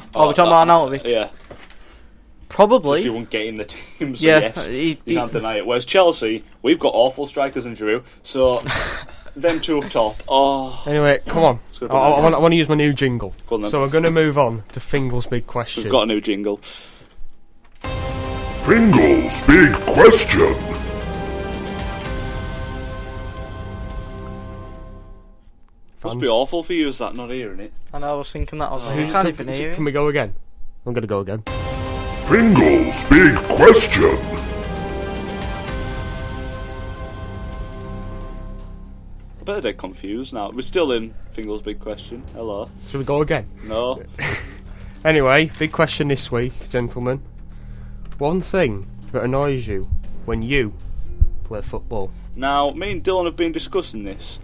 [SPEAKER 3] Oh,
[SPEAKER 4] Oh, we're talking
[SPEAKER 3] that-
[SPEAKER 4] about Arnautovic.
[SPEAKER 3] Yeah, just
[SPEAKER 4] Probably.
[SPEAKER 3] he won't get in the team. So
[SPEAKER 4] yeah,
[SPEAKER 3] yes.
[SPEAKER 4] he,
[SPEAKER 3] You
[SPEAKER 4] he-
[SPEAKER 3] can't deny it. Whereas Chelsea, we've got awful strikers in Giroud, so them two up top. Oh,
[SPEAKER 2] Anyway, come on.
[SPEAKER 3] Let's
[SPEAKER 2] I,
[SPEAKER 3] go
[SPEAKER 2] I,
[SPEAKER 3] back.
[SPEAKER 2] want, I want to use my new jingle.
[SPEAKER 3] Go on then.
[SPEAKER 2] So we're going to move on to Fingal's big question.
[SPEAKER 3] we've got a new jingle.
[SPEAKER 6] Fingal's big question.
[SPEAKER 3] Must be awful for you, is that not hearing it?
[SPEAKER 4] and I was thinking that. Of I can't even hear
[SPEAKER 2] Can
[SPEAKER 4] it.
[SPEAKER 2] we go again? I'm going to go again.
[SPEAKER 6] Fingal's big question.
[SPEAKER 3] I better get confused now. We're still in Fingal's big question. Hello.
[SPEAKER 2] Should we go again?
[SPEAKER 3] No.
[SPEAKER 2] Anyway, big question this week, gentlemen. One thing that annoys you when you play football.
[SPEAKER 3] Now, me and Dylan have been discussing this.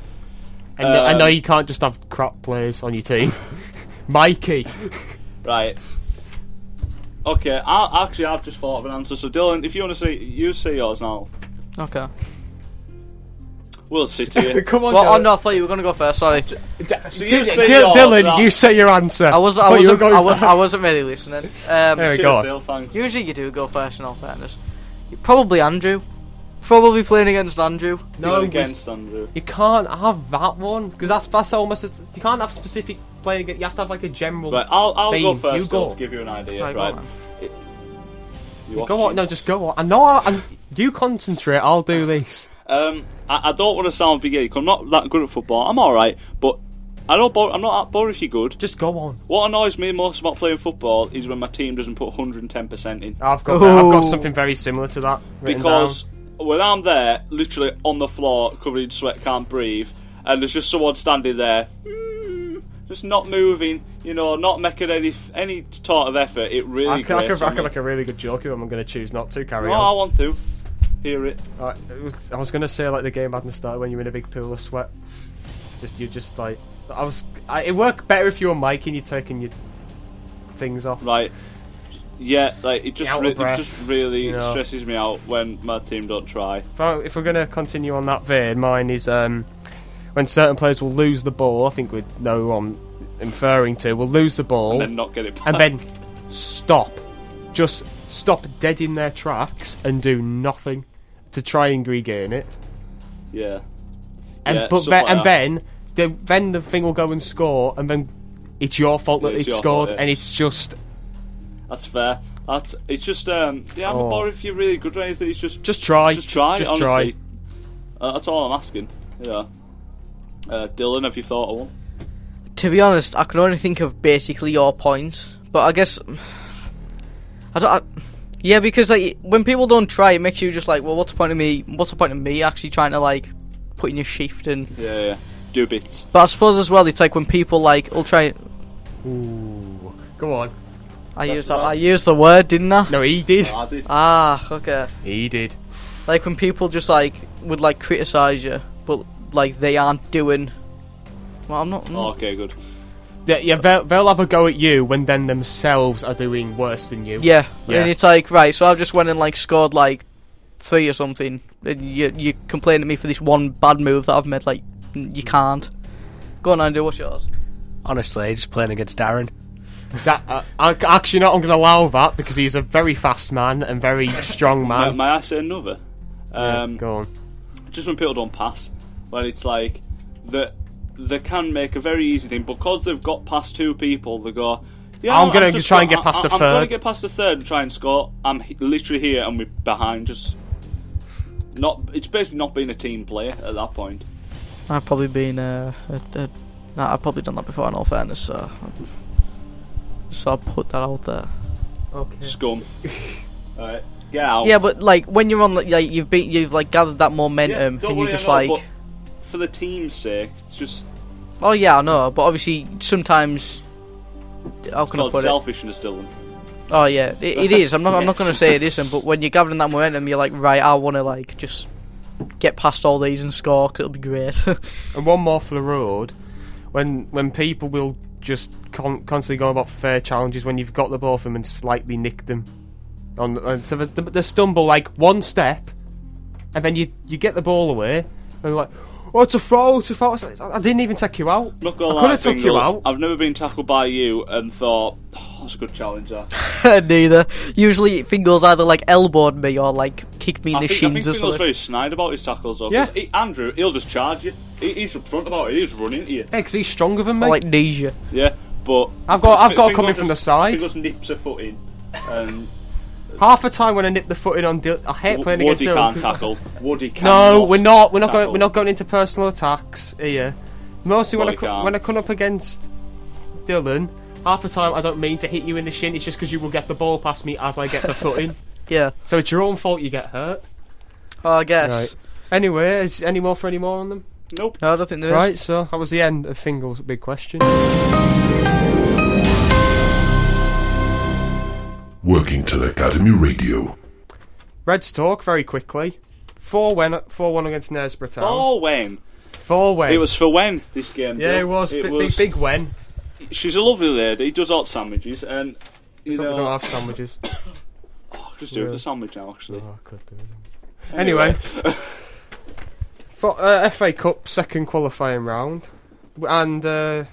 [SPEAKER 2] And I know
[SPEAKER 3] Um,
[SPEAKER 2] you can't just have crap players on your team. Mikey.
[SPEAKER 3] Right. Okay, I actually I've just thought of an answer. So Dylan, if you want to say you say yours now,
[SPEAKER 4] Okay.
[SPEAKER 3] we'll sit here.
[SPEAKER 2] Come on,
[SPEAKER 4] Well, oh no, I thought you were gonna go first. Sorry,
[SPEAKER 3] so you say yours,
[SPEAKER 2] Dylan,
[SPEAKER 3] now.
[SPEAKER 2] you say your answer.
[SPEAKER 4] I was I
[SPEAKER 2] thought you
[SPEAKER 4] wasn't
[SPEAKER 2] were going
[SPEAKER 4] I, was,
[SPEAKER 2] first.
[SPEAKER 4] I wasn't really listening. Um,
[SPEAKER 2] Anyway,
[SPEAKER 3] Cheers,
[SPEAKER 2] go on.
[SPEAKER 3] Dylan, thanks.
[SPEAKER 4] usually you do go first in all fairness. Probably Andrew. Probably playing against Andrew.
[SPEAKER 3] No,
[SPEAKER 2] we-
[SPEAKER 3] against Andrew.
[SPEAKER 2] You can't have that one because that's that's almost as- you can't have specific player. You have to have like a general.
[SPEAKER 3] Right, I'll, I'll go
[SPEAKER 2] Bean, you
[SPEAKER 3] first Dylan,
[SPEAKER 2] go.
[SPEAKER 3] to give you an idea.
[SPEAKER 4] Right,
[SPEAKER 3] Right.
[SPEAKER 4] go on.
[SPEAKER 3] It- you
[SPEAKER 2] go
[SPEAKER 3] watch
[SPEAKER 2] on,
[SPEAKER 3] it.
[SPEAKER 2] no, just go on. I know. I, I, you concentrate. I'll do this.
[SPEAKER 3] Um, I, I don't want to sound big I'm not that good at football. I'm all right, but I don't. Bore, I'm not that bored if you're good.
[SPEAKER 2] Just go on.
[SPEAKER 3] What annoys me most about playing football is when my team doesn't put 110 percent in.
[SPEAKER 2] I've got
[SPEAKER 4] Ooh.
[SPEAKER 2] I've got something very similar to that. written
[SPEAKER 3] because
[SPEAKER 2] down.
[SPEAKER 3] when I'm there, literally on the floor, covered in sweat, can't breathe, and there's just someone standing there, mm, just not moving. You know, not making any any sort of effort. It really.
[SPEAKER 2] I can, I
[SPEAKER 3] grates
[SPEAKER 2] can, I
[SPEAKER 3] on
[SPEAKER 2] can
[SPEAKER 3] me.
[SPEAKER 2] make a really good joke here. but I'm going to choose not to carry
[SPEAKER 3] No, I
[SPEAKER 2] on.
[SPEAKER 3] want to hear it.
[SPEAKER 2] Alright, it was- I was going to say like the game hadn't started when you're in a big pool of sweat. Just you just like I was. I, it worked better if you were Mike and you're taking your things off.
[SPEAKER 3] Like, yeah, like it just
[SPEAKER 2] Out of
[SPEAKER 3] re- it
[SPEAKER 2] breath,
[SPEAKER 3] just really
[SPEAKER 2] you know.
[SPEAKER 3] stresses me out when my team don't try.
[SPEAKER 2] If, I, if we're going to continue on that vein, mine is um, when certain players will lose the ball. I think we know what I'm inferring to. Will lose the ball
[SPEAKER 3] Then not get it. Back.
[SPEAKER 2] Oh. and then stop. Just stop dead in their tracks and do nothing to try and regain it.
[SPEAKER 3] yeah,
[SPEAKER 2] And
[SPEAKER 3] Yeah,
[SPEAKER 2] but
[SPEAKER 3] stuff
[SPEAKER 2] then,
[SPEAKER 3] like
[SPEAKER 2] and
[SPEAKER 3] that.
[SPEAKER 2] then the then the thing will go and score, and then it's your fault that
[SPEAKER 3] Yeah, it's
[SPEAKER 2] it's
[SPEAKER 3] your
[SPEAKER 2] scored,
[SPEAKER 3] fault, yeah.
[SPEAKER 2] and it's just
[SPEAKER 3] that's fair. That's, it's just um, yeah, I'm
[SPEAKER 2] Oh.
[SPEAKER 3] not bored if you're really good at anything. It's just
[SPEAKER 2] just try,
[SPEAKER 3] just try,
[SPEAKER 2] just
[SPEAKER 3] honestly.
[SPEAKER 2] try.
[SPEAKER 3] Uh, that's all I'm asking. Yeah. Uh, Dylan, have you thought of one?
[SPEAKER 4] To be honest, I can only think of basically your points, but I guess I don't. I, yeah, because like when people don't try, it makes you just like, well, what's the point of me? What's the point of me actually trying to like put in your shift and?
[SPEAKER 3] Yeah, yeah. Do bits.
[SPEAKER 4] But I suppose as well, it's like when people like will try.
[SPEAKER 2] Ooh, go on.
[SPEAKER 4] I
[SPEAKER 3] That's
[SPEAKER 4] used that.
[SPEAKER 3] right.
[SPEAKER 4] I used the word, didn't I?
[SPEAKER 2] No, he did.
[SPEAKER 3] I did.
[SPEAKER 4] Ah, okay.
[SPEAKER 2] He did.
[SPEAKER 4] Like when people just like would like criticize you, but like they aren't doing. Well, I'm not.
[SPEAKER 3] Oh, okay, good.
[SPEAKER 2] They, yeah, they'll, they'll have a go at you when then themselves are doing worse than
[SPEAKER 3] Oh.
[SPEAKER 2] you.
[SPEAKER 4] Yeah.
[SPEAKER 2] Yeah.
[SPEAKER 4] And it's like, right, so I've just went and like scored like three or something, and you you complain to me for this one bad move that I've made. Like, n- you can't. Go on, Andrew. What's yours?
[SPEAKER 1] Honestly, just playing against Darren.
[SPEAKER 2] That, uh, I- actually, not. I'm going to allow that because he's a very fast man and very strong
[SPEAKER 3] May,
[SPEAKER 2] man.
[SPEAKER 3] may I say another? Um,
[SPEAKER 2] go on.
[SPEAKER 3] just when people don't pass, when it's like that they can make a very easy thing because they've got past two people. They go, yeah,
[SPEAKER 2] I'm gonna
[SPEAKER 3] just
[SPEAKER 2] try and
[SPEAKER 3] go-
[SPEAKER 2] get past
[SPEAKER 3] I-
[SPEAKER 2] the
[SPEAKER 3] I'm gonna
[SPEAKER 2] third."
[SPEAKER 3] get past the third and try and score. I'm h- literally here and we're behind. Just not. It's basically not being a team player at that point.
[SPEAKER 4] I've probably been uh, a, a, nah, I've probably done that before. In all fairness, so so I'll put that out there.
[SPEAKER 2] Okay.
[SPEAKER 3] Scum. All right, get out.
[SPEAKER 4] Yeah, but like when you're on, like like, you've been, you've like gathered that
[SPEAKER 2] um,
[SPEAKER 4] momentum,
[SPEAKER 3] don't
[SPEAKER 4] and you're
[SPEAKER 3] worry,
[SPEAKER 4] just
[SPEAKER 3] I
[SPEAKER 4] like,
[SPEAKER 3] know, but for the team's sake, it's just
[SPEAKER 4] oh yeah, I know. But obviously, sometimes how can I
[SPEAKER 3] called
[SPEAKER 4] put it?
[SPEAKER 3] selfishness, Dylan.
[SPEAKER 4] Oh yeah, it, it is. I'm not. I'm not going to say it isn't. But when you're gathering that momentum, you're like, right, I want to like just get past all these and score. it it'll be great.
[SPEAKER 2] And one more for the road. When when people will just con- constantly go about fair challenges when you've got the ball from them and slightly nick them. On and so they, they stumble like one step, and then you you get the ball away, and they're like, oh, it's a foul, it's a foul. It's like, I I didn't even take you out.
[SPEAKER 3] Not gonna
[SPEAKER 2] I
[SPEAKER 3] lie,
[SPEAKER 2] could have took you
[SPEAKER 3] Fingal,
[SPEAKER 2] out.
[SPEAKER 3] I've never been tackled by you and thought oh, that's a good challenge. That.
[SPEAKER 4] Neither. Usually, Fingal's either like elbowed me or like kicked me in
[SPEAKER 3] I
[SPEAKER 4] the
[SPEAKER 3] think, I
[SPEAKER 4] shins
[SPEAKER 3] think
[SPEAKER 4] or
[SPEAKER 3] Fingal's
[SPEAKER 4] something.
[SPEAKER 3] very snide about his tackles though.
[SPEAKER 2] Yeah.
[SPEAKER 3] 'cause He, Andrew, he'll just charge you. He, he's up front about it. He's running at you.
[SPEAKER 2] Yeah, 'cause he's stronger than me.
[SPEAKER 4] Or like knees you.
[SPEAKER 3] Yeah, but
[SPEAKER 2] I've got- I've got
[SPEAKER 3] Fingal
[SPEAKER 2] coming from
[SPEAKER 3] just-
[SPEAKER 2] the side.
[SPEAKER 3] Fingal just nips a foot in. And
[SPEAKER 2] Half the time when I nip the foot in on, Dil- I hate playing against
[SPEAKER 3] Woody
[SPEAKER 2] Dylan
[SPEAKER 3] can't
[SPEAKER 2] 'cause-
[SPEAKER 3] tackle. Woody can't.
[SPEAKER 2] No, we're not. We're not going.
[SPEAKER 3] tackle.
[SPEAKER 2] We're not going into personal attacks here. Mostly when
[SPEAKER 3] Well,
[SPEAKER 2] I
[SPEAKER 3] we
[SPEAKER 2] co-
[SPEAKER 3] can't.
[SPEAKER 2] when I come up against Dylan, half the time I don't mean to hit you in the shin. It's just because you will get the ball past me as I get the foot in.
[SPEAKER 4] Yeah.
[SPEAKER 2] So it's your own fault you get hurt.
[SPEAKER 4] Oh, I guess.
[SPEAKER 2] Right. Anyway, is any more for any more on them?
[SPEAKER 3] Nope.
[SPEAKER 4] No, I don't think there is.
[SPEAKER 2] Right. So that was the end of Fingal's big question.
[SPEAKER 6] Workington Academy Radio.
[SPEAKER 2] Reds talk very quickly. Four win, four one against Knaresborough Town.
[SPEAKER 3] Oh, when
[SPEAKER 2] Four win.
[SPEAKER 3] it was for when this game.
[SPEAKER 2] Yeah,
[SPEAKER 3] Bill.
[SPEAKER 2] it was.
[SPEAKER 3] It
[SPEAKER 2] big, Big, big win.
[SPEAKER 3] She's a lovely lady. He does hot sandwiches, and you
[SPEAKER 2] Don't,
[SPEAKER 3] know,
[SPEAKER 2] we don't have sandwiches.
[SPEAKER 3] just do it for sandwich now. Actually,
[SPEAKER 2] Oh, I could do it. Anyway, for, uh, FA Cup second qualifying round, and uh,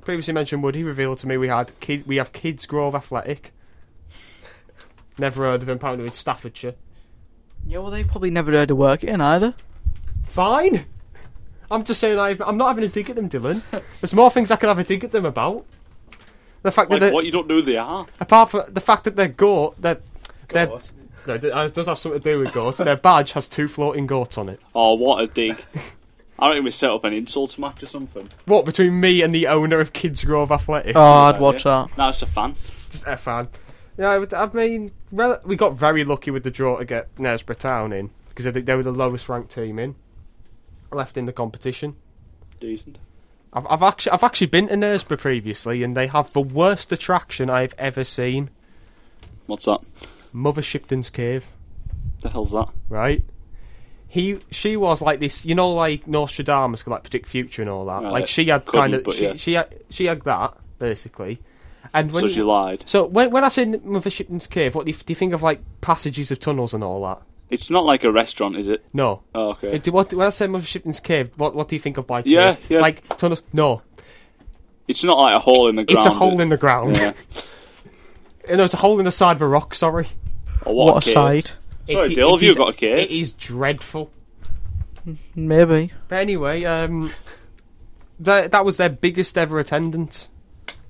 [SPEAKER 2] previously mentioned Woody revealed to me we had kid, we have Kids Grove Athletic. Never heard of him. Apparently in Staffordshire.
[SPEAKER 4] Yeah, well, they probably never heard of work in either.
[SPEAKER 2] Fine. I'm just saying I, I'm not having a dig at them, Dylan. There's more things I can have a dig at them about. The fact
[SPEAKER 3] like
[SPEAKER 2] that
[SPEAKER 3] what
[SPEAKER 2] they-
[SPEAKER 3] you don't do, they are.
[SPEAKER 2] apart from the fact that they're goat, they're, they're no, it does have something to do with goats. Their badge has two floating goats on it.
[SPEAKER 3] Oh, what a dig! I reckon we set up an insults match or something.
[SPEAKER 2] What between me and the owner of Kids Grove Athletic?
[SPEAKER 4] Oh, I'd watch that.
[SPEAKER 3] No, it's a fan.
[SPEAKER 2] Just a fan. Yeah, I would- I mean, rel- we got very lucky with the draw to get Knaresborough Town in because I think they were the lowest ranked team in left in the competition.
[SPEAKER 3] Decent.
[SPEAKER 2] I've, I've actually I've actually been to Knaresborough previously, and they have the worst attraction I've ever seen:
[SPEAKER 3] What's that?
[SPEAKER 2] Mother Shipton's Cave.
[SPEAKER 3] The hell's that?
[SPEAKER 2] Right? He she was like this, you know, like Nostradamus could like predict future and all that.
[SPEAKER 3] Yeah,
[SPEAKER 2] like
[SPEAKER 3] like,
[SPEAKER 2] she had kind of
[SPEAKER 3] couldn't, but
[SPEAKER 2] she,
[SPEAKER 3] yeah.
[SPEAKER 2] she had she had that basically. And when
[SPEAKER 3] so she lied.
[SPEAKER 2] So when, when I say Mother Shipton's Cave, what do you, do you think of like passages of tunnels and all that?
[SPEAKER 3] It's not like a restaurant, is it?
[SPEAKER 2] No.
[SPEAKER 3] Oh, okay.
[SPEAKER 2] Uh, do- what, when I say Mother Shipton's Cave, what what do you think of by cave?
[SPEAKER 3] Yeah, yeah.
[SPEAKER 2] Like tunnels? No,
[SPEAKER 3] It's not like a hole in the ground.
[SPEAKER 2] it's a hole in the ground.
[SPEAKER 3] Yeah.
[SPEAKER 2] no, it's a hole in the side of a rock. Sorry.
[SPEAKER 3] Or
[SPEAKER 4] What,
[SPEAKER 3] Oh, what,
[SPEAKER 4] a
[SPEAKER 3] cave.
[SPEAKER 4] sight.
[SPEAKER 3] Sorry,
[SPEAKER 2] It-
[SPEAKER 3] Dale,
[SPEAKER 2] it
[SPEAKER 3] have you
[SPEAKER 2] is-
[SPEAKER 3] got a cave?
[SPEAKER 2] It is dreadful.
[SPEAKER 4] Maybe.
[SPEAKER 2] But anyway, um, that that was their biggest ever attendance.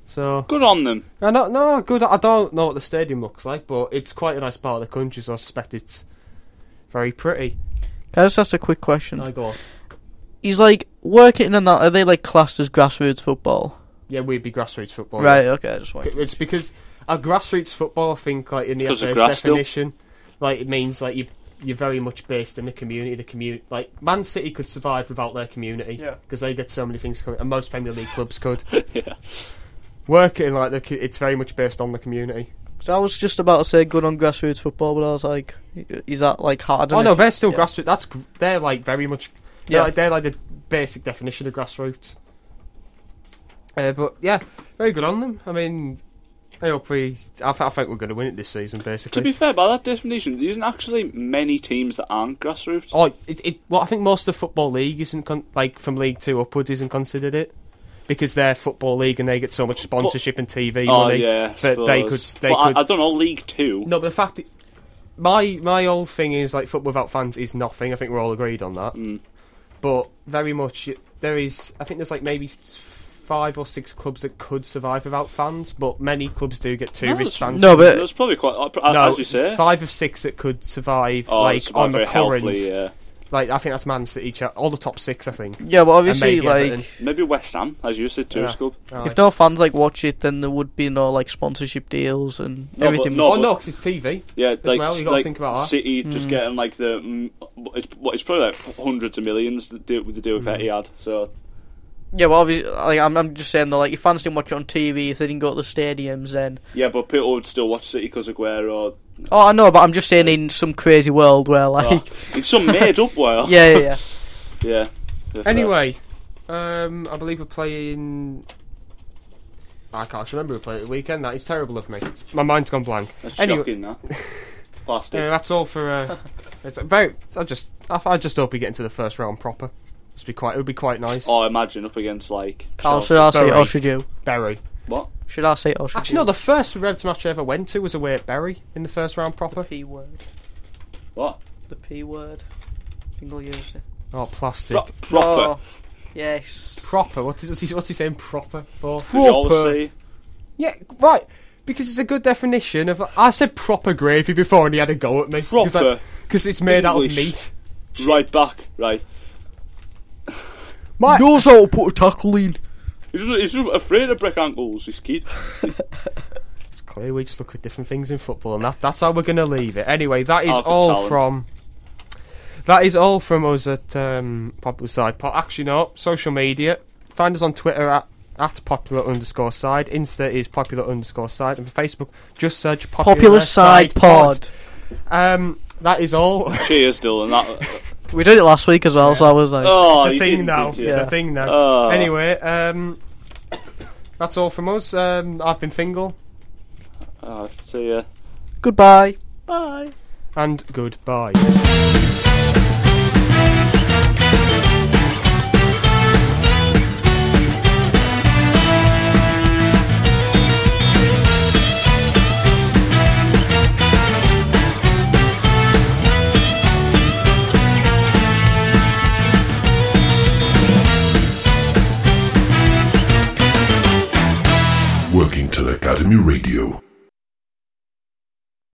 [SPEAKER 2] So
[SPEAKER 3] Good on them.
[SPEAKER 2] I don't no good. I don't know what the stadium looks like, but it's quite a nice part of the country, so I suspect it's very pretty.
[SPEAKER 4] Can I just ask a quick question?
[SPEAKER 2] I go. on.
[SPEAKER 4] He's like working and that. Are they like classed as grassroots football?
[SPEAKER 2] Yeah, we'd be grassroots football.
[SPEAKER 4] Right. Okay. I just wait.
[SPEAKER 2] It's because a grassroots football, I think, like in the
[SPEAKER 3] Because of
[SPEAKER 2] FA's
[SPEAKER 3] grass still.
[SPEAKER 2] definition, like it means like you you're very much based in the community. The community, like Man City, could survive without their community
[SPEAKER 4] Yeah.
[SPEAKER 2] because they get so many things coming, and most Premier League clubs could.
[SPEAKER 3] Yeah.
[SPEAKER 2] Working like the, co- it's very much based on the community.
[SPEAKER 4] So I was just about to say good on grassroots football, but I was like, is that like hard?
[SPEAKER 2] Oh no, they're still
[SPEAKER 4] yeah.
[SPEAKER 2] grassroots. That's gr- they're like very much. They're,
[SPEAKER 4] Yeah.
[SPEAKER 2] like, they're like the basic definition of grassroots. Uh, but yeah, very good on them. I mean, I hope we. I, th- I think we're going to win it this season,
[SPEAKER 3] To
[SPEAKER 2] basically.
[SPEAKER 3] be fair, by that definition, there isn't actually many teams that aren't grassroots.
[SPEAKER 2] oh, it, it, well, I think most of the football league isn't con- like from League Two upwards isn't considered it because they're football league and they get so much sponsorship and TV
[SPEAKER 3] Oh,
[SPEAKER 2] money
[SPEAKER 3] yeah, I
[SPEAKER 2] that they could.
[SPEAKER 3] suppose.
[SPEAKER 2] They
[SPEAKER 3] but
[SPEAKER 2] could
[SPEAKER 3] I, I don't know League Two.
[SPEAKER 2] No, but the fact that my my whole thing is like football without fans is nothing. I think we're all agreed on that.
[SPEAKER 3] Mm.
[SPEAKER 2] But very much there is. I think there's like maybe five or six clubs that could survive without fans, but many clubs do get
[SPEAKER 3] No,
[SPEAKER 2] tourist
[SPEAKER 3] it's-
[SPEAKER 2] fans.
[SPEAKER 4] No, but
[SPEAKER 3] There's probably quite, I- I-
[SPEAKER 2] No,
[SPEAKER 3] as you say.
[SPEAKER 2] it's five of six that could survive
[SPEAKER 3] Oh,
[SPEAKER 2] like
[SPEAKER 3] it's
[SPEAKER 2] on the
[SPEAKER 3] very
[SPEAKER 2] current.
[SPEAKER 3] healthily, yeah.
[SPEAKER 2] Like I think that's Man City, Ch- all the top six. I think.
[SPEAKER 4] yeah, but obviously,
[SPEAKER 2] maybe
[SPEAKER 4] like,
[SPEAKER 2] Everton.
[SPEAKER 3] Maybe West Ham, as you said, tourist
[SPEAKER 2] Yeah.
[SPEAKER 3] club.
[SPEAKER 2] Aye.
[SPEAKER 4] if no fans like watch it, then there would be no like sponsorship deals and
[SPEAKER 3] No, but
[SPEAKER 4] everything.
[SPEAKER 3] no-
[SPEAKER 2] Oh no, 'cause it's TV.
[SPEAKER 3] Yeah, like,
[SPEAKER 2] well, you gotta
[SPEAKER 3] like
[SPEAKER 2] think about that.
[SPEAKER 3] City
[SPEAKER 4] Hmm.
[SPEAKER 3] just getting like the mm, it's what it's probably like hundreds of millions that do with the
[SPEAKER 2] Hmm.
[SPEAKER 3] deal with Etihad. So
[SPEAKER 4] Yeah, but obviously, like, I'm, I'm just saying though, like, if fans didn't watch it on TV, if they didn't go to the stadiums, then
[SPEAKER 3] yeah, but people would still watch City because Aguero.
[SPEAKER 4] oh, I know, but I'm just saying in some crazy world where
[SPEAKER 3] Oh,
[SPEAKER 4] like,
[SPEAKER 3] it's some made up world.
[SPEAKER 4] yeah, yeah, yeah.
[SPEAKER 3] yeah. yeah, fair.
[SPEAKER 2] Anyway, um, I believe we're playing. I can't actually remember who played at the weekend. That is terrible of me. It's- My mind's gone blank.
[SPEAKER 3] that's
[SPEAKER 2] anyway-
[SPEAKER 3] shocking. That plastic.
[SPEAKER 2] Yeah, that's all for. Uh, it's a very. I just. I, I just hope we get into the first round proper. Just be quite. It would be quite nice.
[SPEAKER 3] Oh, imagine up against like
[SPEAKER 4] Carl,
[SPEAKER 3] Chelsea.
[SPEAKER 4] should I say it or
[SPEAKER 2] Bury.
[SPEAKER 4] should you?
[SPEAKER 2] Berry.
[SPEAKER 3] what?
[SPEAKER 4] Should I say it or should
[SPEAKER 2] Actually,
[SPEAKER 4] you?
[SPEAKER 2] no. The first Revs match I ever went to was away at Berry in the first round proper.
[SPEAKER 4] P word.
[SPEAKER 3] What?
[SPEAKER 4] The P word. Single used it.
[SPEAKER 2] Oh, plastic.
[SPEAKER 3] Pro- proper.
[SPEAKER 4] Oh, yes.
[SPEAKER 2] proper. What is, what's, he, what's he saying? Proper for.
[SPEAKER 3] Did you always say?
[SPEAKER 2] Yeah, right. Because it's a good definition of. I said proper gravy before, and he had a go at me.
[SPEAKER 3] Proper.
[SPEAKER 2] Because it's made out of
[SPEAKER 3] English.
[SPEAKER 2] meat.
[SPEAKER 3] Right back, right.
[SPEAKER 2] My,
[SPEAKER 4] Knows how to put a tackle in.
[SPEAKER 3] He's, just- he's just afraid of break ankles, this kid.
[SPEAKER 2] It's clear we just look at different things in football, and that, that's how we're going to leave it. Anyway, that is
[SPEAKER 3] Half a
[SPEAKER 2] all
[SPEAKER 3] talent.
[SPEAKER 2] from. That is all from us at um, Popular Side Pod. Actually, no, social media. Find us on Twitter at, at popular underscore side. Insta is popular underscore side. And for Facebook, just search popular,
[SPEAKER 4] Popular side pod.
[SPEAKER 2] Um, that is all.
[SPEAKER 3] Cheers, Dylan. That,
[SPEAKER 4] We did it last week as well, so I was like,
[SPEAKER 2] it's
[SPEAKER 3] oh, you
[SPEAKER 2] a thing
[SPEAKER 3] didn't,
[SPEAKER 2] now.
[SPEAKER 3] did you?
[SPEAKER 2] It's a
[SPEAKER 4] Yeah.
[SPEAKER 2] thing now.
[SPEAKER 3] Oh.
[SPEAKER 2] Anyway, um, that's all from us. Um, I've been Fingal,
[SPEAKER 3] Oh, see ya.
[SPEAKER 4] goodbye. Bye.
[SPEAKER 2] and goodbye.
[SPEAKER 6] Workington Academy Radio.